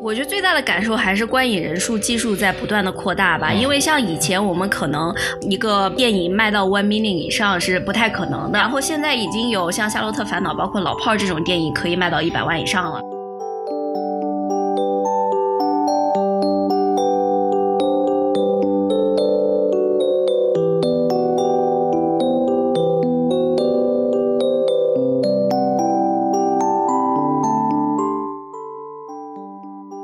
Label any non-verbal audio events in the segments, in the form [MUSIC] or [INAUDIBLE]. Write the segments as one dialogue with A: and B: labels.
A: 我觉得最大的感受还是观影人数基数在不断的扩大吧，因为像以前我们可能一个电影卖到 one million 以上是不太可能的，然后现在已经有像《夏洛特烦恼》包括《老炮儿》这种电影可以卖到一百万以上了。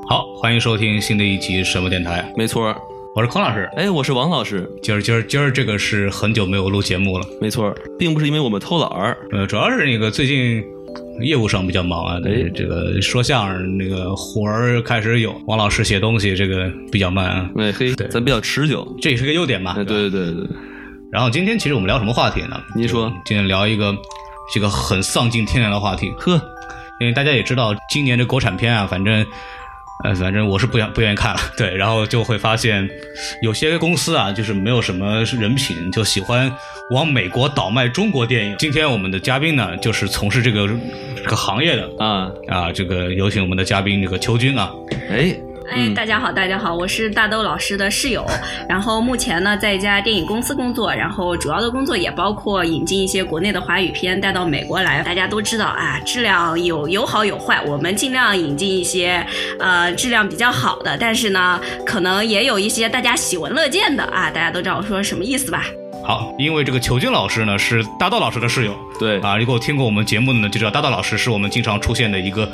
B: 好，欢迎收听新的一集什么电台，
C: 没错儿。
B: 我是孔老师。
C: 哎，我是王老师。
B: 今儿今儿今儿这个是很久没有录节目了，
C: 没错儿，并不是因为我们偷懒儿。
B: 呃，主要是那个最近业务上比较忙啊，这这个说相声那个活儿开始有，王老师写东西这个比较慢啊，
C: 哎嘿，咱比较持久。
B: 这也是个优点吧？吧
C: 哎，对对对对，
B: 然后今天其实我们聊什么话题呢？
C: 您说
B: 今天聊一个这个很丧尽天良的话题，
C: 呵，
B: 因为大家也知道，今年这国产片啊，反正。呃，反正我是不想不愿意看了， [LAUGHS] 对，然后就会发现，有些公司啊，就是没有什么人品，就喜欢往美国倒卖中国电影。今天我们的嘉宾呢，就是从事这个这个行业的
C: 啊，
B: 啊，这个有请我们的嘉宾这个邱军啊，
C: 哎，
A: 哎
C: 嗯，
A: 大家好，大家好，我是大豆老师的室友，然后目前呢在一家电影公司工作，然后主要的工作也包括引进一些国内的华语片带到美国来。大家都知道啊，质量有有好有坏，我们尽量引进一些呃质量比较好的，但是呢，可能也有一些大家喜闻乐见的啊，大家都知道我说什么意思吧？
B: 好，因为这个裘军老师呢是大道老师的室友
C: 对，
B: 啊，如果听过我们节目的呢，就知道大道老师是我们经常出现的一个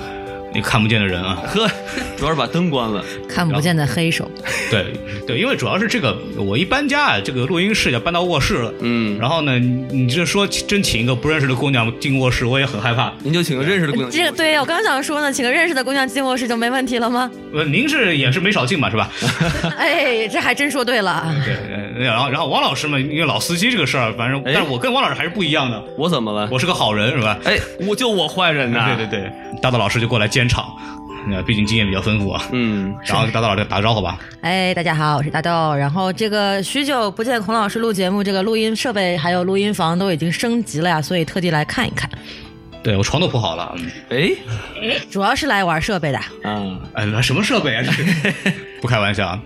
B: 你看不见的人啊。
C: [LAUGHS] 呵，主要是把灯关了。
D: 看不见的黑手，
B: 对对，因为主要是这个我一搬家啊，这个录音室要搬到卧室了。
C: 嗯，
B: 然后呢，你你这说真请一个不认识的姑娘进卧室，我也很害怕。
C: 您就请个认识的姑娘。
D: 这个对呀，我刚想说呢，请个认识的姑娘进卧室就没问题了吗？
B: 呃，您是也是没少进吧，是
C: [LAUGHS]
B: 吧？
D: 哎，这还真说对了。啊
B: 对。呃然后然后王老师嘛，因为老司机这个事儿，反正
C: 哎
B: 但是我跟王老师还是不一样的，
C: 我怎么了？
B: 我是个好人，是吧？
C: 哎， [LAUGHS] 我就我坏人呐。
B: 对对对，大道老师就过来监场，那毕竟经验比较丰富啊。
C: 嗯，
B: 然后大道老师打个招呼吧。
D: 哎，大家好，我是大豆。然后这个许久不见孔老师录节目，这个录音设备还有录音房都已经升级了呀，所以特地来看一看，
B: 对我床都铺好了。嗯
C: [LAUGHS] 哎，
D: 主要是来玩设备的。
C: 啊，
B: 哎，那什么设备啊？这是不开玩笑啊。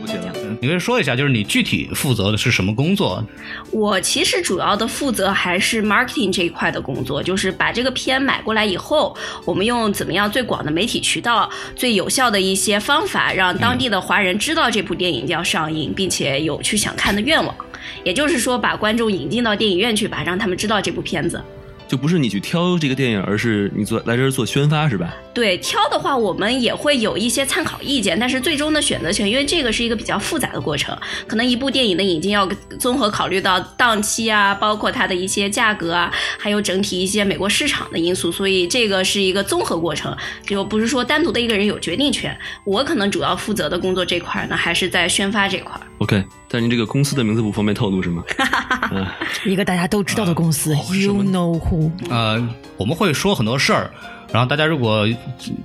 C: 不行，
B: 你可以说一下，就是你具体负责的是什么工作？
A: 我其实主要的负责还是 marketing 这一块的工作，就是把这个片买过来以后，我们用怎么样最广的媒体渠道、最有效的一些方法，让当地的华人知道这部电影要上映，并且有去想看的愿望。也就是说，把观众引进到电影院去吧，让他们知道这部片子。
C: 就不是你去挑这个电影，而是你做来这儿做宣发是吧？
A: 对挑的话，我们也会有一些参考意见，但是最终的选择权，因为这个是一个比较复杂的过程，可能一部电影的引进要综合考虑到档期啊，包括它的一些价格啊，还有整体一些美国市场的因素，所以这个是一个综合过程，就不是说单独的一个人有决定权。我可能主要负责的工作这块儿呢，还是在宣发这块儿。
C: OK，但是您这个公司的名字不方便透露是吗？啊，
D: 一个大家都知道的公司、y o u know who，
B: 呃，我们会说很多事儿，然后大家如果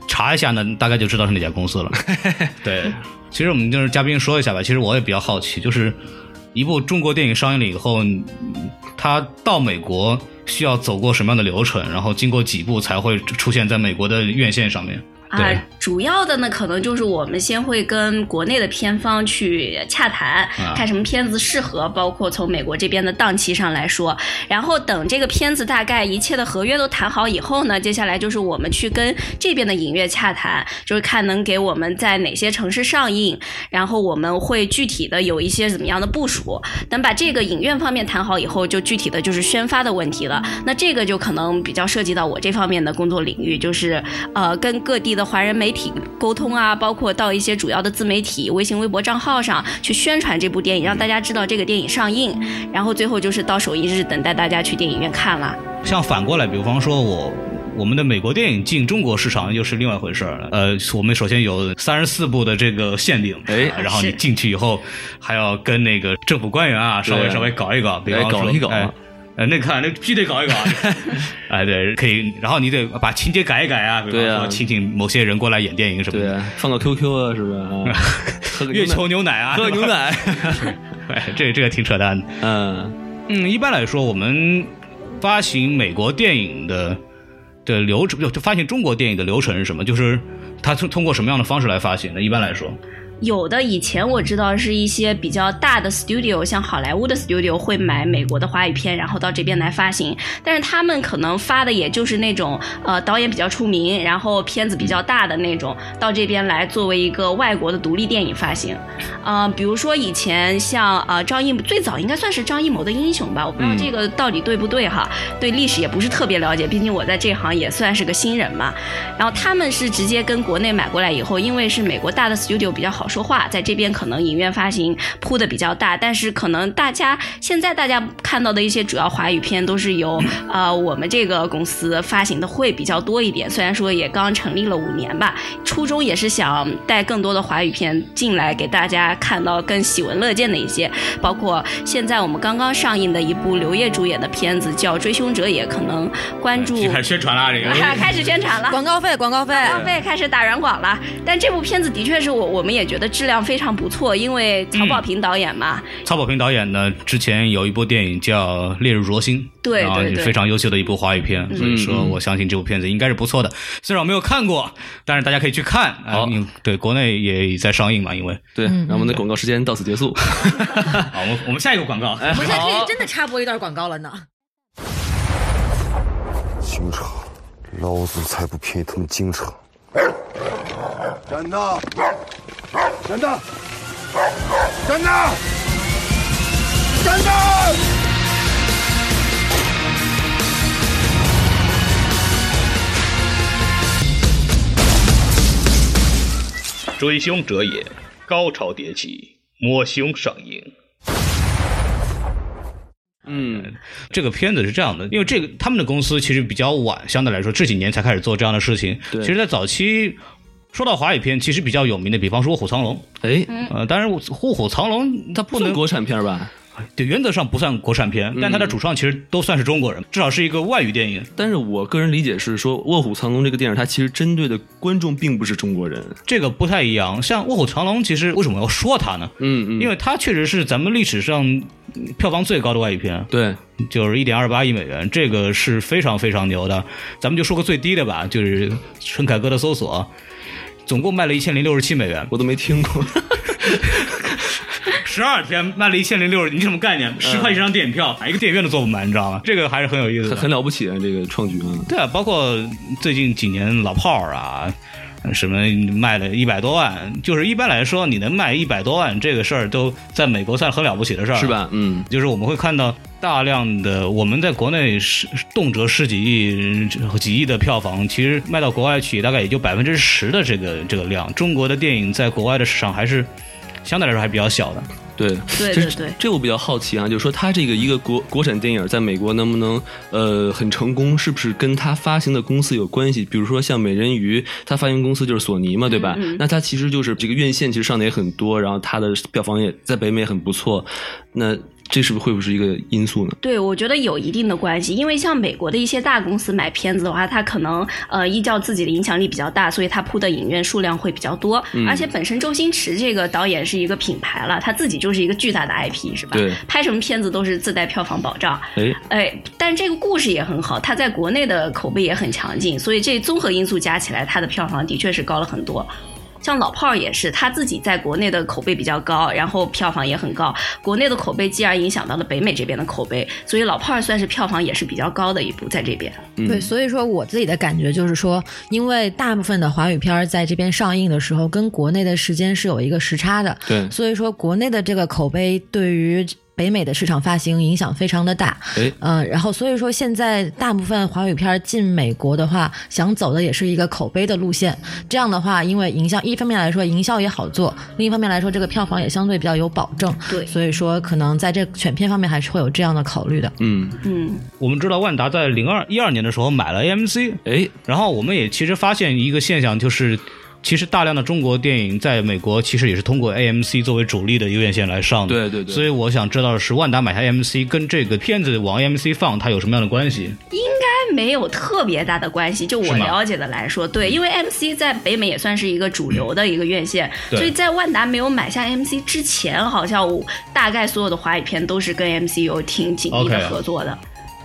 B: 查一下呢，大概就知道是哪家公司了。对，其实我们就是嘉宾说一下吧。其实我也比较好奇，就是一部中国电影上映了以后，嗯它到美国需要走过什么样的流程，然后经过几步才会出现在美国的院线上面。
A: 啊
B: 对，
A: 主要的呢，可能就是我们先会跟国内的片方去洽谈，
B: 啊
A: 看什么片子适合，包括从美国这边的档期上来说，然后等这个片子大概一切的合约都谈好以后呢，接下来就是我们去跟这边的影院洽谈，就是看能给我们在哪些城市上映，然后我们会具体的有一些怎么样的部署。等把这个影院方面谈好以后，就具体的就是宣发的问题了。那这个就可能比较涉及到我这方面的工作领域，就是呃跟各地的。的华人媒体沟通啊，包括到一些主要的自媒体、微信、微博账号上去宣传这部电影，让大家知道这个电影上映。然后最后就是到首映日，等待大家去电影院看了。
B: 像反过来，比方说我。我们的美国电影进中国市场又是另外一回事儿了。呃，我们首先有三十四部的这个限定，啊
C: 哎
B: 然后你
A: 是
B: 进去以后还要跟那个政府官员啊稍微
C: 对
B: 稍微搞一搞，比
C: 哎
B: 方说
C: 搞一搞
B: 哎呃，那看那必须得搞一
C: [LAUGHS]
B: 搞，哎，对，可以，然后你得把情节改一改啊，比方
C: 对啊
B: 说请请某些人过来演电影什么
C: [LAUGHS] 对
B: 的，，
C: 放个 QQ 啊，是不是 [LAUGHS] 啊？喝个
B: 月
C: 牛奶
B: 球牛奶啊，
C: 喝个牛
B: 是吧，
C: [LAUGHS] 奶，
B: 哎， [LAUGHS] 这这个挺扯淡的。
C: 嗯，
B: 嗯，一般来说，我们发行美国电影的的流程，就发行中国电影的流程是什么？就是它通通过什么样的方式来发行呢？一般来说，
A: 有的以前我知道是一些比较大的 studio，像好莱坞的 studio 会买美国的华语片，然后到这边来发行。但是他们可能发的也就是那种呃导演比较出名，然后片子比较大的那种，到这边来作为一个外国的独立电影发行。呃，比如说以前像呃张艺谋最早应该算是张艺谋的《英雄》吧，我不知道
C: 嗯
A: 这个到底对不对哈，对历史也不是特别了解，毕竟我在这行也算是个新人嘛。然后他们是直接跟国内买过来以后，因为是美国大的 studio 比较好说话，在这边可能影院发行铺的比较大，但是可能大家现在大家看到的一些主要华语片都是由呃我们这个公司发行的会比较多一点，虽然说也刚成立了五年吧，初衷也是想带更多的华语片进来给大家看到更喜闻乐见的一些，包括现在我们刚刚上映的一部刘烨主演的片子叫《追凶者也》，可能关注。
B: 开始宣传哎啦，这个
A: [LAUGHS] 开始宣传了，
D: 广告费，广告费，
C: 嗯
A: 浪费开始打软广了。但这部片子的确是我我们也觉得质量非常不错，因为曹
C: 嗯
A: 保平导演嘛，
B: 曹保平导演呢，之前有一部电影叫《烈日灼心》，
A: 对
B: 然后
A: 对
B: 也
A: 对
B: 非常优秀的一部华语片，所以说
C: 嗯
B: 我相信这部片子应该是不错的。虽然我没有看过，但是大家可以去看。啊
C: 好，
B: 因为对，国内也在上映嘛，因为
C: 对，那我们的广告时间到此结束。
B: 好，我们我们下一个广告，
D: 不是可以真的插播一段广告了呢。
E: 京城，老子才不便宜他们京城！
F: 站着！站着！站着！站着！
B: 追凶者也》高潮迭起，摸胸上映。
C: [LAUGHS] 嗯，
B: 这个片子是这样的，因为这个他们的公司其实比较晚，相对来说这几年才开始做这样的事情。
C: 对
B: 其实，在早期。说到华语片，其实比较有名的，比方说《卧虎藏龙》，
C: [LAUGHS] 哎，
B: 呃，当然《卧虎藏龙》它不
C: 不
B: 能
C: 能国产片吧？
B: 对，原则上不算国产
C: 嗯
B: 片，但它的主创其实都算是中国人，至少是一个外语电影。
C: 但是我个人理解是说，《卧虎藏龙》这个电影，它其实针对的观众并不是中国人。
B: 这个不太一样。像《卧虎藏龙》，其实为什么要说它呢？
C: 嗯嗯，
B: 因为它确实是咱们历史上嗯票房最高的外语片，
C: 对，
B: 就是一点二八亿美元，这个是非常非常牛的。咱们就说个最低的吧，就是陈凯歌的《搜索》，总共卖了一千零六十七美元，
C: 我都没听过。
B: 十二天卖了一千零六十，你什么概念？
C: 嗯
B: 十块钱一张电影票，一个电影院都坐不满，你知道吗？这个还是很有意思的
C: 很。 [LAUGHS] 很了不起啊，这个创举啊！
B: 对啊，包括最近几年老炮儿啊，什么卖了一百多万，就是一般来说，你能卖一百多万这个事儿，都在美国算很了不起的事儿，
C: 是？吧？嗯，
B: 就是我们会看到大量的我们在国内是动辄十几亿、几亿的票房，其实卖到国外去大概也就百分之十的这个这个量。中国的电影在国外的市场还是相对来说还比较小的。
C: 对，
A: 对
C: 其
A: 对
C: 实
A: 对
C: 这我比较好奇啊，就是说它这个一个国国产电影在美国能不能呃很成功，是不是跟它发行的公司有关系？比如说像《美人鱼》，它发行公司就是索尼嘛，对吧？
A: 嗯嗯
C: 那它其实就是这个院线其实上的也很多，然后它的票房也在北美很不错，那这是不是会不会是一个因素呢？
A: 对，我觉得有一定的关系，因为像美国的一些大公司买片子的话，它可能呃依照自己的影响力比较大，所以它铺的影院数量会比较多。
C: 嗯
A: 而且本身周星驰这个导演是一个品牌了，他自己就是一个巨大的 IP，是吧？
C: 对
A: 拍什么片子都是自带票房保障。
C: 哎，
A: 哎，但这个故事也很好，它在国内的口碑也很强劲，所以这综合因素加起来，它的票房的确是高了很多。像老炮儿也是，他自己在国内的口碑比较高，然后票房也很高，国内的口碑继而影响到了北美这边的口碑，所以老炮儿算是票房也是比较高的一部在这边。
D: 对，
C: 嗯，
D: 所以说我自己的感觉就是说，因为大部分的华语片儿在这边上映的时候，跟国内的时间是有一个时差的，
C: 对，
D: 所以说国内的这个口碑对于。北美的市场发行影响非常的大。
C: 哎，
D: 嗯，然后所以说现在大部分华语片儿进美国的话，想走的也是一个口碑的路线。这样的话，因为营销一方面来说营销也好做，另一方面来说这个票房也相对比较有保证。
A: 对
D: 所以说可能在这选片方面还是会有这样的考虑的。
C: 嗯，
A: 嗯，
B: 我们知道万达在零二一二年的时候买了 AMC，
C: 哎，
B: 然后我们也其实发现一个现象，就是其实大量的中国电影在美国其实也是通过 AMC 作为主力的一个院线来上的。
C: 对对对
B: 所以我想知道的是，万达买下 AMC 跟这个片子往 AMC 放，它有什么样的关系？
A: 应该没有特别大的关系。就我
B: 是吗
A: 了解的来说，
C: 嗯
A: 对，因为 MC 在北美也算是一个主流的一个院线，
B: 对
C: 嗯
A: 所以在万达没有买下 MC 之前，好像我大概所有的华语片都是跟 MC 有挺紧密
B: OK
A: 的合作的。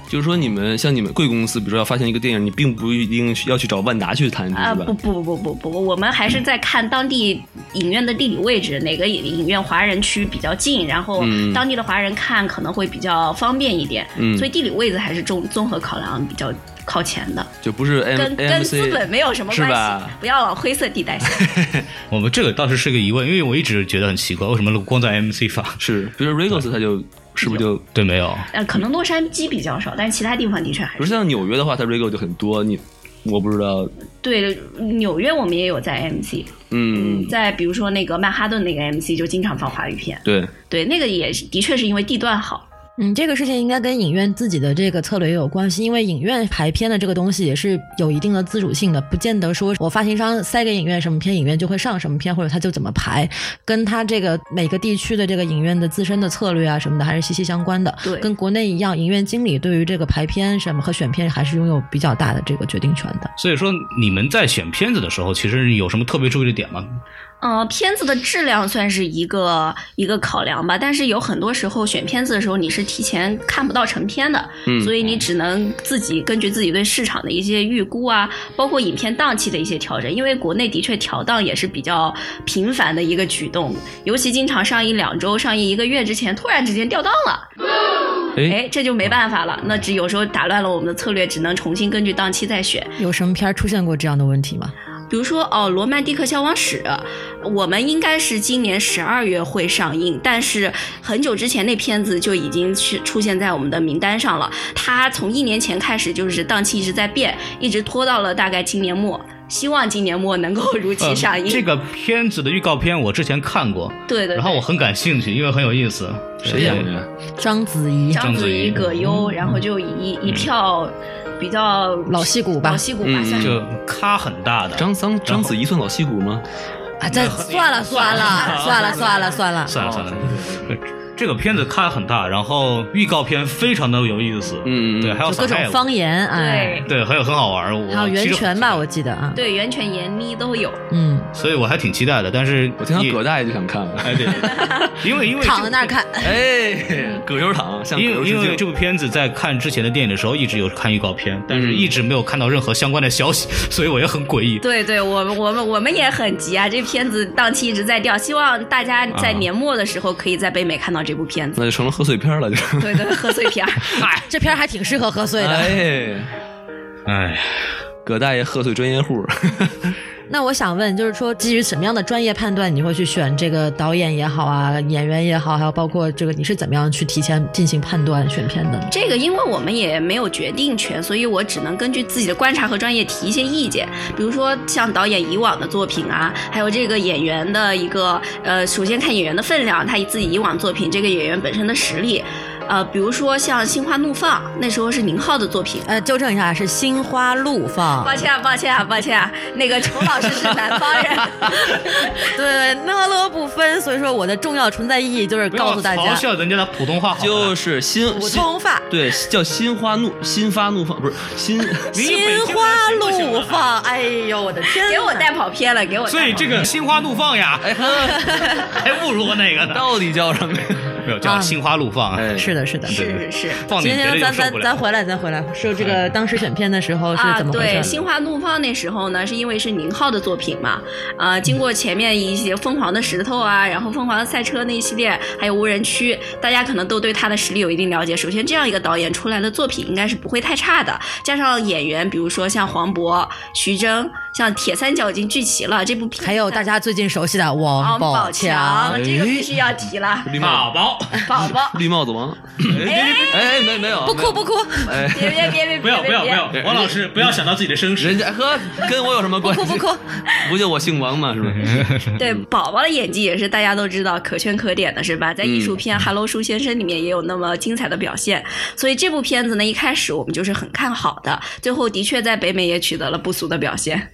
C: 就是说你们像你们贵公司，比如说要发行一个电影，你并不一定要去找万达去谈，
A: 啊
C: 是吧
A: 不？不不不不不，我们还是在看当地影院的地理位置，哪个影影院华人区比较近，然后
C: 嗯
A: 当地的华人看可能会比较方便一点，
C: 嗯
A: 所以地理位置还是综综合考量比较靠前的，
C: 就不是 M
A: 跟
C: M
A: 跟资
C: C
A: 本没有什么
C: 是
A: 关系
C: 吧，
A: 不要往灰色地带想。
B: 我们这个倒是是个疑问，因为我一直觉得很奇怪，为什么光在 AMC 放？
C: [LAUGHS] 是，比如说 Regos，它就是不是就
B: 对，没有。
A: 呃，可能洛杉矶比较少，但是其他地方的确还
C: 不是
A: 是
C: 像纽约的话，它 Regos 就很多，你我不知道，
A: 对。纽约我们也有在 MC，
C: 嗯，
A: 在比如说那个曼哈顿那个 MC 就经常放华语片，
C: 对，
A: 对，那个也是的确是因为地段好。
D: 嗯，这个事情应该跟影院自己的这个策略也有关系，因为影院排片的这个东西也是有一定的自主性的，不见得说我发行商塞给影院什么片，影院就会上什么片，或者它就怎么排，跟它这个每个地区的这个影院的自身的策略啊什么的还是息息相关的。
A: 对
D: 跟国内一样，影院经理对于这个排片什么和选片还是拥有比较大的这个决定权的。
B: 所以说，你们在选片子的时候，其实有什么特别注意的点吗？
A: 呃，片子的质量算是一个一个考量吧，但是有很多时候选片子的时候，你是提前看不到成片的，
C: 嗯
A: 所以你只能自己根据自己对市场的一些预估啊，包括影片档期的一些调整，因为国内的确调档也是比较频繁的一个举动，尤其经常上映两周、上映一个月之前，突然之间掉档了，
C: 哎，
A: 哎，这就没办法了，那只有时候打乱了我们的策略，只能重新根据档期再选。
D: 有什么片儿出现过这样的问题吗？
A: 比如说哦，《罗曼蒂克消亡史》，我们应该是今年十二月会上映，但是很久之前那片子就已经去出现在我们的名单上了。它从一年前开始就是档期一直在变，一直拖到了大概今年末。希望今年末能够如
B: [LAUGHS]
A: 期上映。
B: 嗯呃这个片子的预告片我之前看过，
A: 对对
B: 然后
A: 对
B: 我很感兴趣，因为很有意思。
C: 谁演
B: 对
C: 的呀？
D: 章子怡。
A: 章子
B: 章子怡嗯
A: 怡、葛优，然后就一一票比较
D: 老戏骨吧
A: 老戏骨吧，
C: 嗯
A: 算是
B: 就咖很大的。
C: 张张章子怡算老戏骨吗？
D: 啊，这算了 [LAUGHS] 算了算了算了算了，
B: 算了
C: 哦
B: 算了，这个片子咖很大，然后预告片非常的有意思，
C: 嗯嗯嗯
B: 对，还有
D: 就各
B: 撒
D: 种
B: 开
D: 方言，哎，
A: 对
B: 对，还有很好玩。我
D: 还有
B: 其
D: 源
B: 实
D: 泉吧，我记得啊，
A: 对袁泉、闫妮都有。
D: 嗯，
B: 所以我还挺期待的。但是
C: 我听到
B: 也
C: 葛大爷就想看了，
D: [LAUGHS]
B: 哎对，因为因为
D: 躺在那儿
B: 这
D: 看，
C: 哎，葛优躺向葛
B: 因
C: 优
B: 为因为
C: 致
B: 这
C: 敬，
B: 部片子在看之前的电影的时候，一直有看预告片，但
C: 嗯
B: 是一直没有看到任何相关的消息，所以我也很诡异。
A: 对对，我们我们我们也很急啊！这片子档期一直在掉，希望大家在年末的时候可以在北美看到这部片子。
C: 那就成了贺岁片了，就。
A: 对对，贺岁片儿。
D: 这片儿还挺适合贺岁的。
C: 哎，
B: 哎，
C: 葛大爷贺岁专业 [LAUGHS] 户，
D: 那我想问，就是说基于什么样的专业判断，你会去选这个导演也好啊，演员也好，还有包括这个你是怎么样去提前进行判断选片的呢？
A: 这个因为我们也没有决定权，所以我只能根据自己的观察和专业提一些意见。比如说像导演以往的作品啊，还有这个演员的一个呃，首先看演员的分量，他自己以往作品这个演员本身的实力。呃，比如说像《心花怒放》，那时候是宁浩的作品，
D: 呃，纠正一下，是《心花怒放
A: 抱》。歉啊，抱歉啊，抱歉啊，那个仇老师是南方人。
D: 对对，讷勒不分。所以说，我的重要存在意义就是
B: 不要
D: 告诉大
B: 嘲
D: 家，
B: 笑人家的普通话好了，
C: 就是心
D: 普
C: 心
D: 通话，
C: 对叫心花怒心发怒放，不是心
B: 你
D: 心
B: 北京人
D: 花
B: 行不行
D: 怒
B: 啊
D: 放。哎呦，我的
A: [LAUGHS]
D: 天！
A: 给我带跑偏了，给我带跑
B: 所
A: 偏
B: 以
A: 了。
B: 这个心花怒放呀，
C: 哎
B: 还不如那个呢。
C: 到底叫什么呀？
B: 没有叫心花怒放，啊
C: 哎，
D: 是的，是的。
A: 是是是。
B: 放
D: 嗯行
B: 点别的
D: 行，咱
B: 就受
D: 咱
B: 不了哎
D: 咱回来，咱回来，说这个当时选片的时候是
A: 啊，
D: 怎么回事呢？
A: 对，心花怒放那时候呢，是因为是宁浩的作品嘛，
D: 嗯
A: 呃，经过前面一些疯狂的石头啊，然后疯狂的赛车那一系列，还有无人区，大家可能都对他的实力有一定了解。首先，这样一个导演出来的作品应该是不会太差的，加上演员，比如说像黄渤、徐峥，像铁三角已经聚齐了，这部片
D: 还有大家最近熟悉的王
A: 王
D: 宝
A: 强，
D: 强，哎
A: 这个必须要提了。
B: 宝宝宝，
A: 宝宝，
C: 绿帽子王。哎哎，没没有，
D: 不哭
C: 没有
D: 不哭，
C: 哎，
A: [LAUGHS] 别别别别
G: [LAUGHS] 不要不要不要
C: 别！
G: 王老师不要想到自己的身世。
C: 人家呵，跟我有什么
D: 不
C: 关系？
D: 哭不哭，
C: 不就我姓王嘛，是不是？
A: [LAUGHS] 对，宝宝的演技也是大家都知道可圈可点的，是吧？在艺术片《Hello 树先生》里面也有那么精彩的表现，所以这部片子呢，一开始我们就是很看好的，最后的确在北美也取得了不俗的表现。
C: [LAUGHS]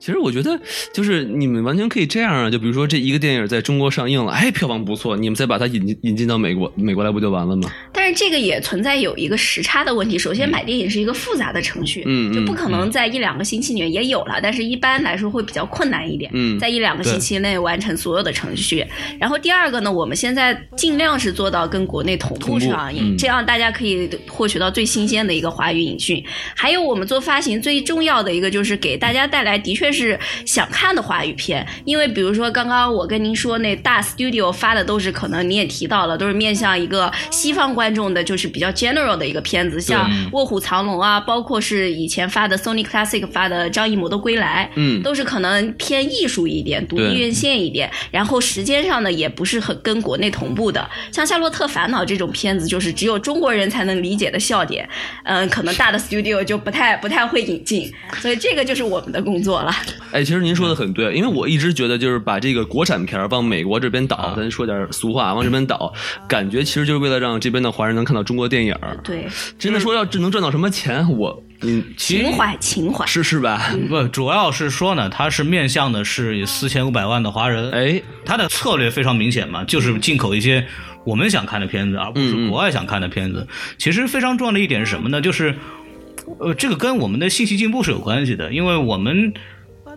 C: 其实我觉得，就是你们完全可以这样啊，就比如说这一个电影在中国上映了，哎，票房不错，你们再把它引进引进到美国美国来，不就完了吗？
A: 但是这个也存在有一个时差的问题。首先，买电影是一个复杂的程序，
C: 嗯
A: 就不可能在一两个星期里面也有了，但是一般来说会比较困难一点，
C: 嗯
A: 在一两个星期内完成所有的程序。然后第二个呢，我们现在尽量是做到跟国内同步上
C: 同步
A: 映，
C: 嗯
A: 这样大家可以获取到最新鲜的一个华语影讯。还有我们做发行最重要的一个就是给大家带来的确是想看的华语片，因为比如说刚刚我跟您说那大 studio 发的都是可能你也提到了，都是面向一个西方观众的，就是比较 general 的一个片子，像《卧虎藏龙》啊，包括是以前发的 Sony Classic 发的《张艺谋的归来》，
C: 嗯
A: 都是可能偏艺术一点、独立
C: 对
A: 院线一点，然后时间上呢也不是很跟国内同步的。像《夏洛特烦恼》这种片子，就是只有中国人才能理解的笑点，嗯，可能大的 studio 就不太 [LAUGHS] 不太会引进，所以这个就是我们的工作了。
C: 哎，其实您说的很对，因为我一直觉得就是把这个国产片儿往美国这边导，咱说点俗话，往这边导，感觉其实就是为了让这边的华人能看到中国电影儿。
A: 对，
C: 真的
D: 嗯
C: 说要这能赚到什么钱，我嗯，其实
A: 情怀情怀。
C: 是是吧？
B: 不，主要是说呢，它是面向的是四千五百万的华人，
C: 哎，
B: 它的策略非常明显嘛，就是进口一些我们想看的片子，而不
C: 嗯嗯
B: 是国外想看的片子。其实非常重要的一点是什么呢？就是，呃，这个跟我们的信息进步是有关系的，因为我们。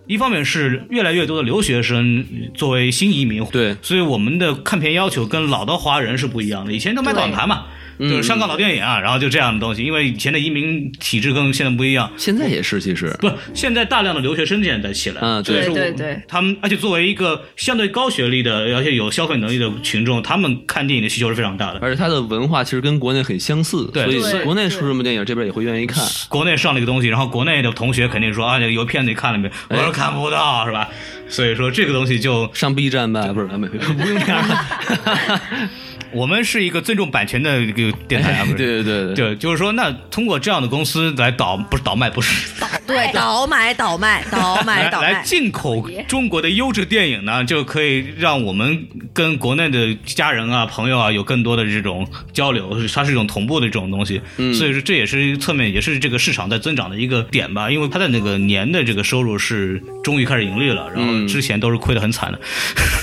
B: 一方面是越来越多的留学生作为新移民，
C: 对
B: 所以我们的看片要求跟老的华人是不一样的。以前都买短盘嘛，
C: 对嗯
B: 就是香港老电影啊，然后就这样的东西。因为以前的移民体制跟现在不一样，
C: 现在也是，其实
B: 不，现在大量的留学生现在在起来，
C: 嗯对
B: 所以说
A: 对对
B: 我
A: 对
B: 他们而且作为一个相对高学历的，而且有消费能力的群众，他们看电影的需求是非常大的。
C: 而且它的文化其实跟国内很相似，
B: 对
C: 所以
A: 对
C: 国内出什么电影，这边也会愿意看。
B: 国内上了一个东西，然后国内的同学肯定说啊，这个有片子你看了没？我说看不到，是
C: [LAUGHS]
B: 吧？所以说这个东西就
C: 上 B 站吧，不是没有不用这样。
B: [LAUGHS] 我们是一个尊重版权的一个电台啊，不是？
C: [LAUGHS] 对对对对，
B: 对，就是说，那通过这样的公司来倒，不是倒卖，不是
D: 对，倒买倒卖，倒买
C: 哎
B: 来
D: 倒
B: 来
D: 卖。
B: 进口中国的优质电影呢，就可以让我们跟国内的家人啊、朋友啊有更多的这种交流，它是一种同步的这种东西。
C: 嗯
B: 所以说这也是侧面，也是这个市场在增长的一个点吧。因为它的那个年的这个收入是终于开始盈利了，然
C: 嗯
B: 后之前都是亏得很惨的。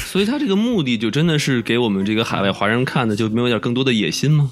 C: 所以它这个目的就真的是给我们这个海外华人看的，就没有点更多的野心吗？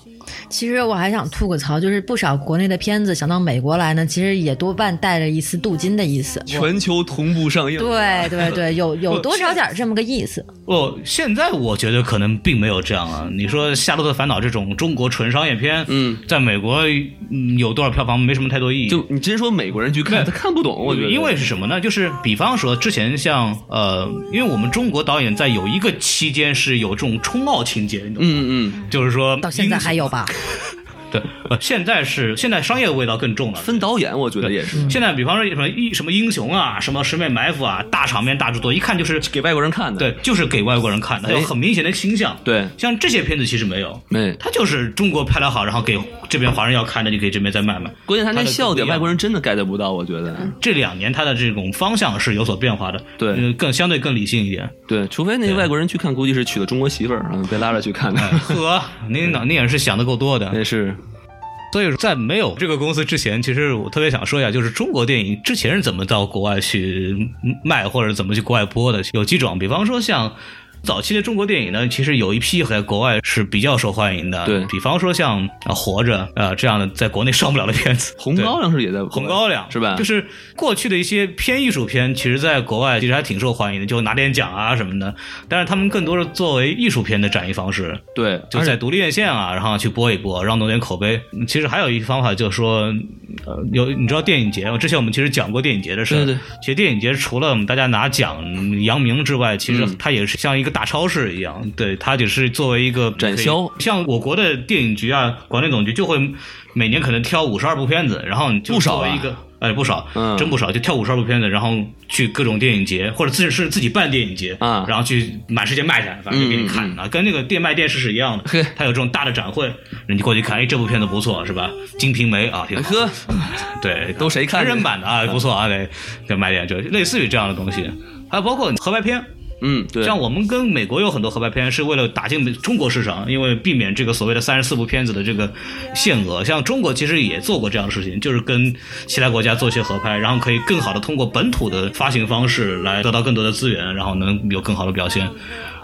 D: 其实我还想吐个槽，就是不少国内的片子想到美国来呢，其实也多半带着一丝镀金的意思。
C: 全球同步上映，
D: 对对对，有有多少点儿这么个意思。
B: 哦，现在我觉得可能并没有这样啊。你说《夏洛特烦恼》这种中国纯商业片，
C: 嗯，
B: 在美国、嗯有多少票房没什么太多意义。
C: 就你真说美国人去看，他看不懂，我觉得。
B: 因为是什么呢？就是比方说之前像呃，因为我们中国导演在有一个期间是有这种冲奥情节，你懂吗？
C: 嗯嗯，
B: 就是说
D: 到现在还
B: 英
D: 有吧？
B: 对，呃现在是现在商业的味道更重了。
C: 分导演我觉得也是
B: 现在比方说什么英什么英雄啊，什么十面埋伏啊，大场面大制作，一看就是
C: 给外国人看的。
B: 对，就是给外国人看的，
C: 哎
B: 有很明显的倾向。
C: 对
B: 像这些片子其实没有，
C: 没，
B: 它就是中国拍的好，然后给这边华人要看的，就给这边再卖卖。
C: 关键他那
B: 它的
C: 笑点，
B: 不一样
C: 外国人真的 get 不到，我觉得。
A: 嗯
B: 这两年它的这种方向是有所变化的，
C: 对
B: 呃更相对更理性一点。
C: 对，除非那个外国人去看，估计是娶了中国媳妇儿，然后被拉着去 [LAUGHS] 看的。
B: 呵，您脑您也是想的够多的。
C: 那是
B: 所以说在没有这个公司之前，其实我特别想说一下，就是中国电影之前是怎么到国外去卖，或者怎么去国外播的，有几种，比方说像。早期的中国电影呢，其实有一批在国外是比较受欢迎的，
C: 对
B: 比方说像《啊活着》啊这样的在国内上不了的片子，
C: 红高粱是也在
B: 红高粱
C: 是吧？
B: 就是过去的一些偏艺术片，其实在国外其实还挺受欢迎的，就拿点奖啊什么的。但是他们更多是作为艺术片的展映方式，
C: 对，
B: 就在独立院线啊，然后去播一播，让弄点口碑。嗯其实还有一方法，就是说，呃，有你知道电影节吗？之前我们其实讲过电影节的事儿。
C: 对对对
B: 其实电影节除了我们大家拿奖扬名之外，其实
C: 嗯
B: 它也是像一个大超市一样，对，它只是作为一个
C: 展销
B: 像我国的电影局啊，广电总局就会每年可能挑五十二部片子，然后你就
C: 不少
B: 作为
C: 啊
B: 一个。哎，不少，
C: 嗯
B: 真不少，就跳舞少数片的，然后去各种电影节，或者自己是自己办电影节，
C: 啊
B: 然后去满世界卖去，反正就给你看
C: 嗯
B: 啊，跟那个店卖电视是一样的
C: 嘿，
B: 它有这种大的展会，人家过去看，哎，这部片子不错，是吧？《金瓶梅》啊，挺好，
C: 呵，
B: 对，
C: 都谁看
B: 成人版的啊，不错啊，得得买点这类似于这样的东西，还有包括合拍片，
C: 嗯，对，
B: 像我们跟美国有很多合拍片，是为了打进中国市场，因为避免这个所谓的三十四部片子的这个限额。像中国其实也做过这样的事情，就是跟其他国家做一些合拍，然后可以更好的通过本土的发行方式来得到更多的资源，然后能有更好的表现。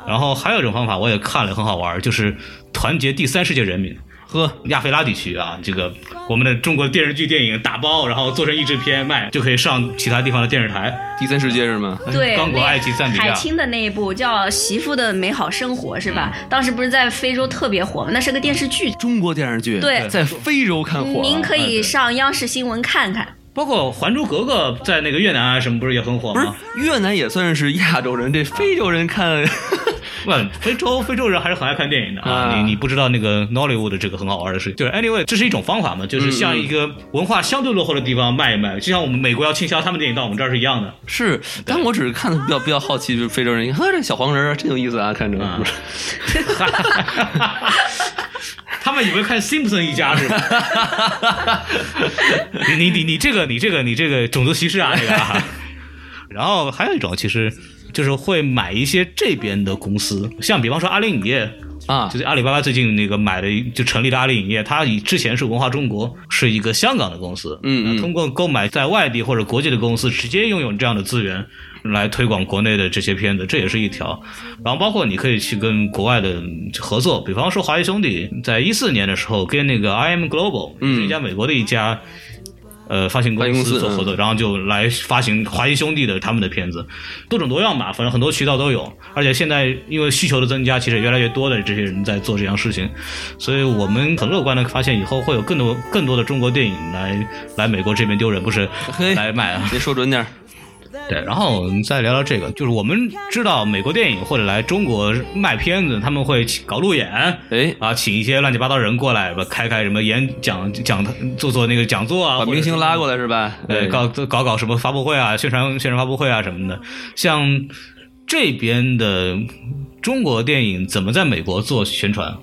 B: 然后还有一种方法，我也看了很好玩，就是团结第三世界人民。
C: 呵，
B: 亚非拉地区啊，这个我们的中国电视剧、电影打包，然后做成译制片卖，就可以上其他地方的电视台。
C: 第三世界是吗？
A: 对，
B: 刚果、
A: 那
B: 埃及、啊赞
C: 啊
B: 比亚
A: 海，清的那一部叫《媳妇的美好生活》是吧？
C: 嗯
A: 当时不是在非洲特别火吗？那是个电视剧，
C: 中国电视剧
A: 对
C: 在非洲看火啊，
A: 您可
C: 哎对
A: 以上央视新闻看看。
B: 包括《还珠格格》在那个越南啊什么，不是也很火
C: 不是
B: 吗？
C: 越南也算是亚洲人，这非洲人
B: [LAUGHS]
C: 看
B: 不，非洲非洲人还是很爱看电影的啊。
C: 啊
B: 你你不知道那个 Nollywood 这个很好玩的事情，就是 anyway，这是一种方法嘛，
C: 嗯
B: 就是像一个文化相对落后的地方卖一卖，就像我们美国要倾销他们电影到我们这儿是一样
C: [LAUGHS]
B: 的。
C: 是，但我只是看的比较比较好奇，就是非洲人，你看呵这小黄人儿真有意思啊，看着
B: 啊他们以为看 Simpson 一家是吧？
C: [LAUGHS]
B: 你你你你这个你这个你这个种族歧视啊，这个、
C: [LAUGHS]
B: 啊。然后还有一种其实就是会买一些这边的公司，像比方说阿里影业。
C: 啊
B: 就是阿里巴巴最近那个买了一，就成立了阿里影业，它以之前是文化中国，是一个香港的公司，
C: 嗯嗯
B: 那通过购买在外地或者国际的公司，直接拥有这样的资源来推广国内的这些片子，这也是一条。然后包括你可以去跟国外的合作，比方说华谊兄弟在一四年的时候跟那个 IM Global，
C: 嗯
B: 是一家美国的一家。呃，发行
C: 发
B: 公
C: 行公
B: 司
C: 司
B: 做合作，然后就来发行华谊兄弟的他们的片子，多种多样吧，反正很多渠道都有。而且现在因为需求的增加，其实也越来越多的这些人在做这样事情，所以我们很乐观的发现，以后会有更多更多的中国电影来来美国这边丢人，不是
C: 嘿
B: 来卖啊。
C: 您说准点儿，
B: 对，然后我们再聊聊这个，就是我们知道美国电影或者来中国卖片子，他们会请搞路演，
C: 哎，
B: 啊，请一些乱七八糟人过来吧，开开什么演讲讲做做那个讲座啊，
C: 把
B: 或者
C: 明
B: 是
C: 星拉过来是吧？
B: 呃，
C: 哎
B: 搞搞搞什么发布会啊，宣传宣传发布会啊什么的。像这边的中国电影怎么在美国做宣传？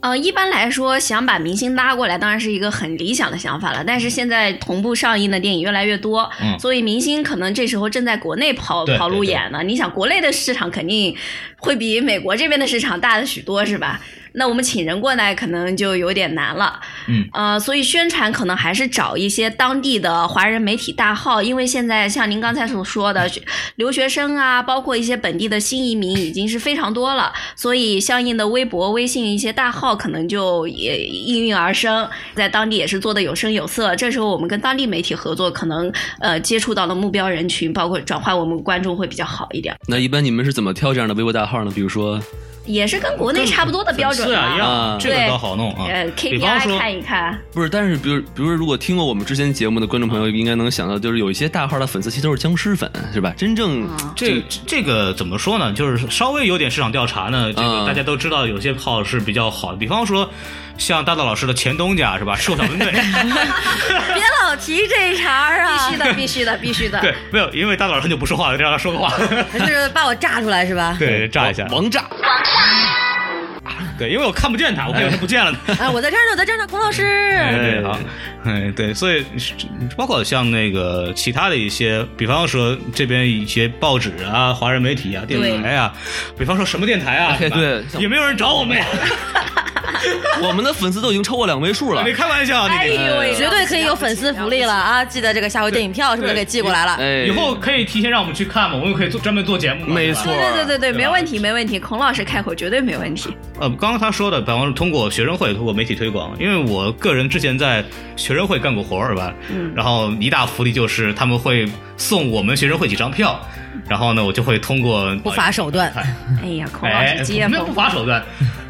A: 呃，一般来说，想把明星拉过来，当然是一个很理想的想法了。但是现在同步上映的电影越来越多，
B: 嗯
A: 所以明星可能这时候正在国内跑
B: 对
A: 跑路
B: 对对
A: 演呢。你想，国内的市场肯定会比美国这边的市场大的许多，是吧？那我们请人过来可能就有点难了。
B: 嗯，
A: 呃，所以宣传可能还是找一些当地的华人媒体大号，因为现在像您刚才所说的学留学生啊，包括一些本地的新移民已经是非常多了，所以相应的微博、微信一些大号可能就也应运而生，在当地也是做的有声有色。这时候我们跟当地媒体合作，可能呃接触到的目标人群，包括转换我们观众会比较好一点，
C: 那一般你们是怎么挑这样的微博大号呢？比如说
A: 也是跟国内差不多的标准
B: 是
A: 吧。
B: 啊，一样，
C: 啊
B: 这个
A: 对
B: 倒好弄啊。
A: 呃
B: 比方
A: ，KPI
B: 说
A: 看一看，
C: 不是，但是比如比如说，如果听过我们之前节目的观众朋友，应该能想到，就是有一些大号的粉丝其实都是僵尸粉，是吧？真正
A: 啊
B: 这这个怎么说呢？就是稍微有点市场调查呢，这个
C: 嗯
B: 大家都知道，有些号是比较好的，比方说像大道老师的前东家是吧？瘦小分
A: [LAUGHS]
B: 队，
G: 别老提这茬儿啊
A: 必须！的，必须的，必须的。
B: 对，没有，因为大道老师很久不说话了，得让他说个话，
G: 就是把我炸出来是吧？
B: 对，炸一下，
C: 王炸，
B: 对，因为我看不见他，我以为他不见了呢。
G: 哎，
D: 啊
G: 我在这儿呢，我在这儿呢，孔老
C: 哎
G: 师。
B: 对，好，哎，对，所以包括像那个其他的一些，比方说这边一些报纸啊、华人媒体啊、电视台啊，比方说什么电台啊，
C: 哎
B: 是吧
C: 对
B: 也没有人找我们呀，
C: [LAUGHS] 我们的粉丝都已经超过两位数
B: [LAUGHS]
C: 了
B: 你。开玩笑，啊
A: 哎
B: 你
A: 呦
D: 啊
A: 喂，
G: 绝对可以有粉丝福利了啊！记得这个下回电影票什么的给寄过来了。
C: 哎，
B: 以后可以提前让我们去看嘛，我们可以做专门做节目嘛，
C: 没
B: 是吧
C: 错
A: 对对对对，
B: 吧
A: 没问题没问题，孔老师开口绝对没问题。
B: 呃，刚刚他说的，比方说通过学生会、通过媒体推广，因为我个人之前在学生会干过活儿，是吧？
A: 嗯
B: 然后一大福利就是他们会送我们学生会几张票，然后呢，我就会通过
D: 不乏手段。
A: 哎呀，孔老
B: 哎
A: 师，经验
B: 没有
A: 丰
B: 不
A: 富。
B: 法手段，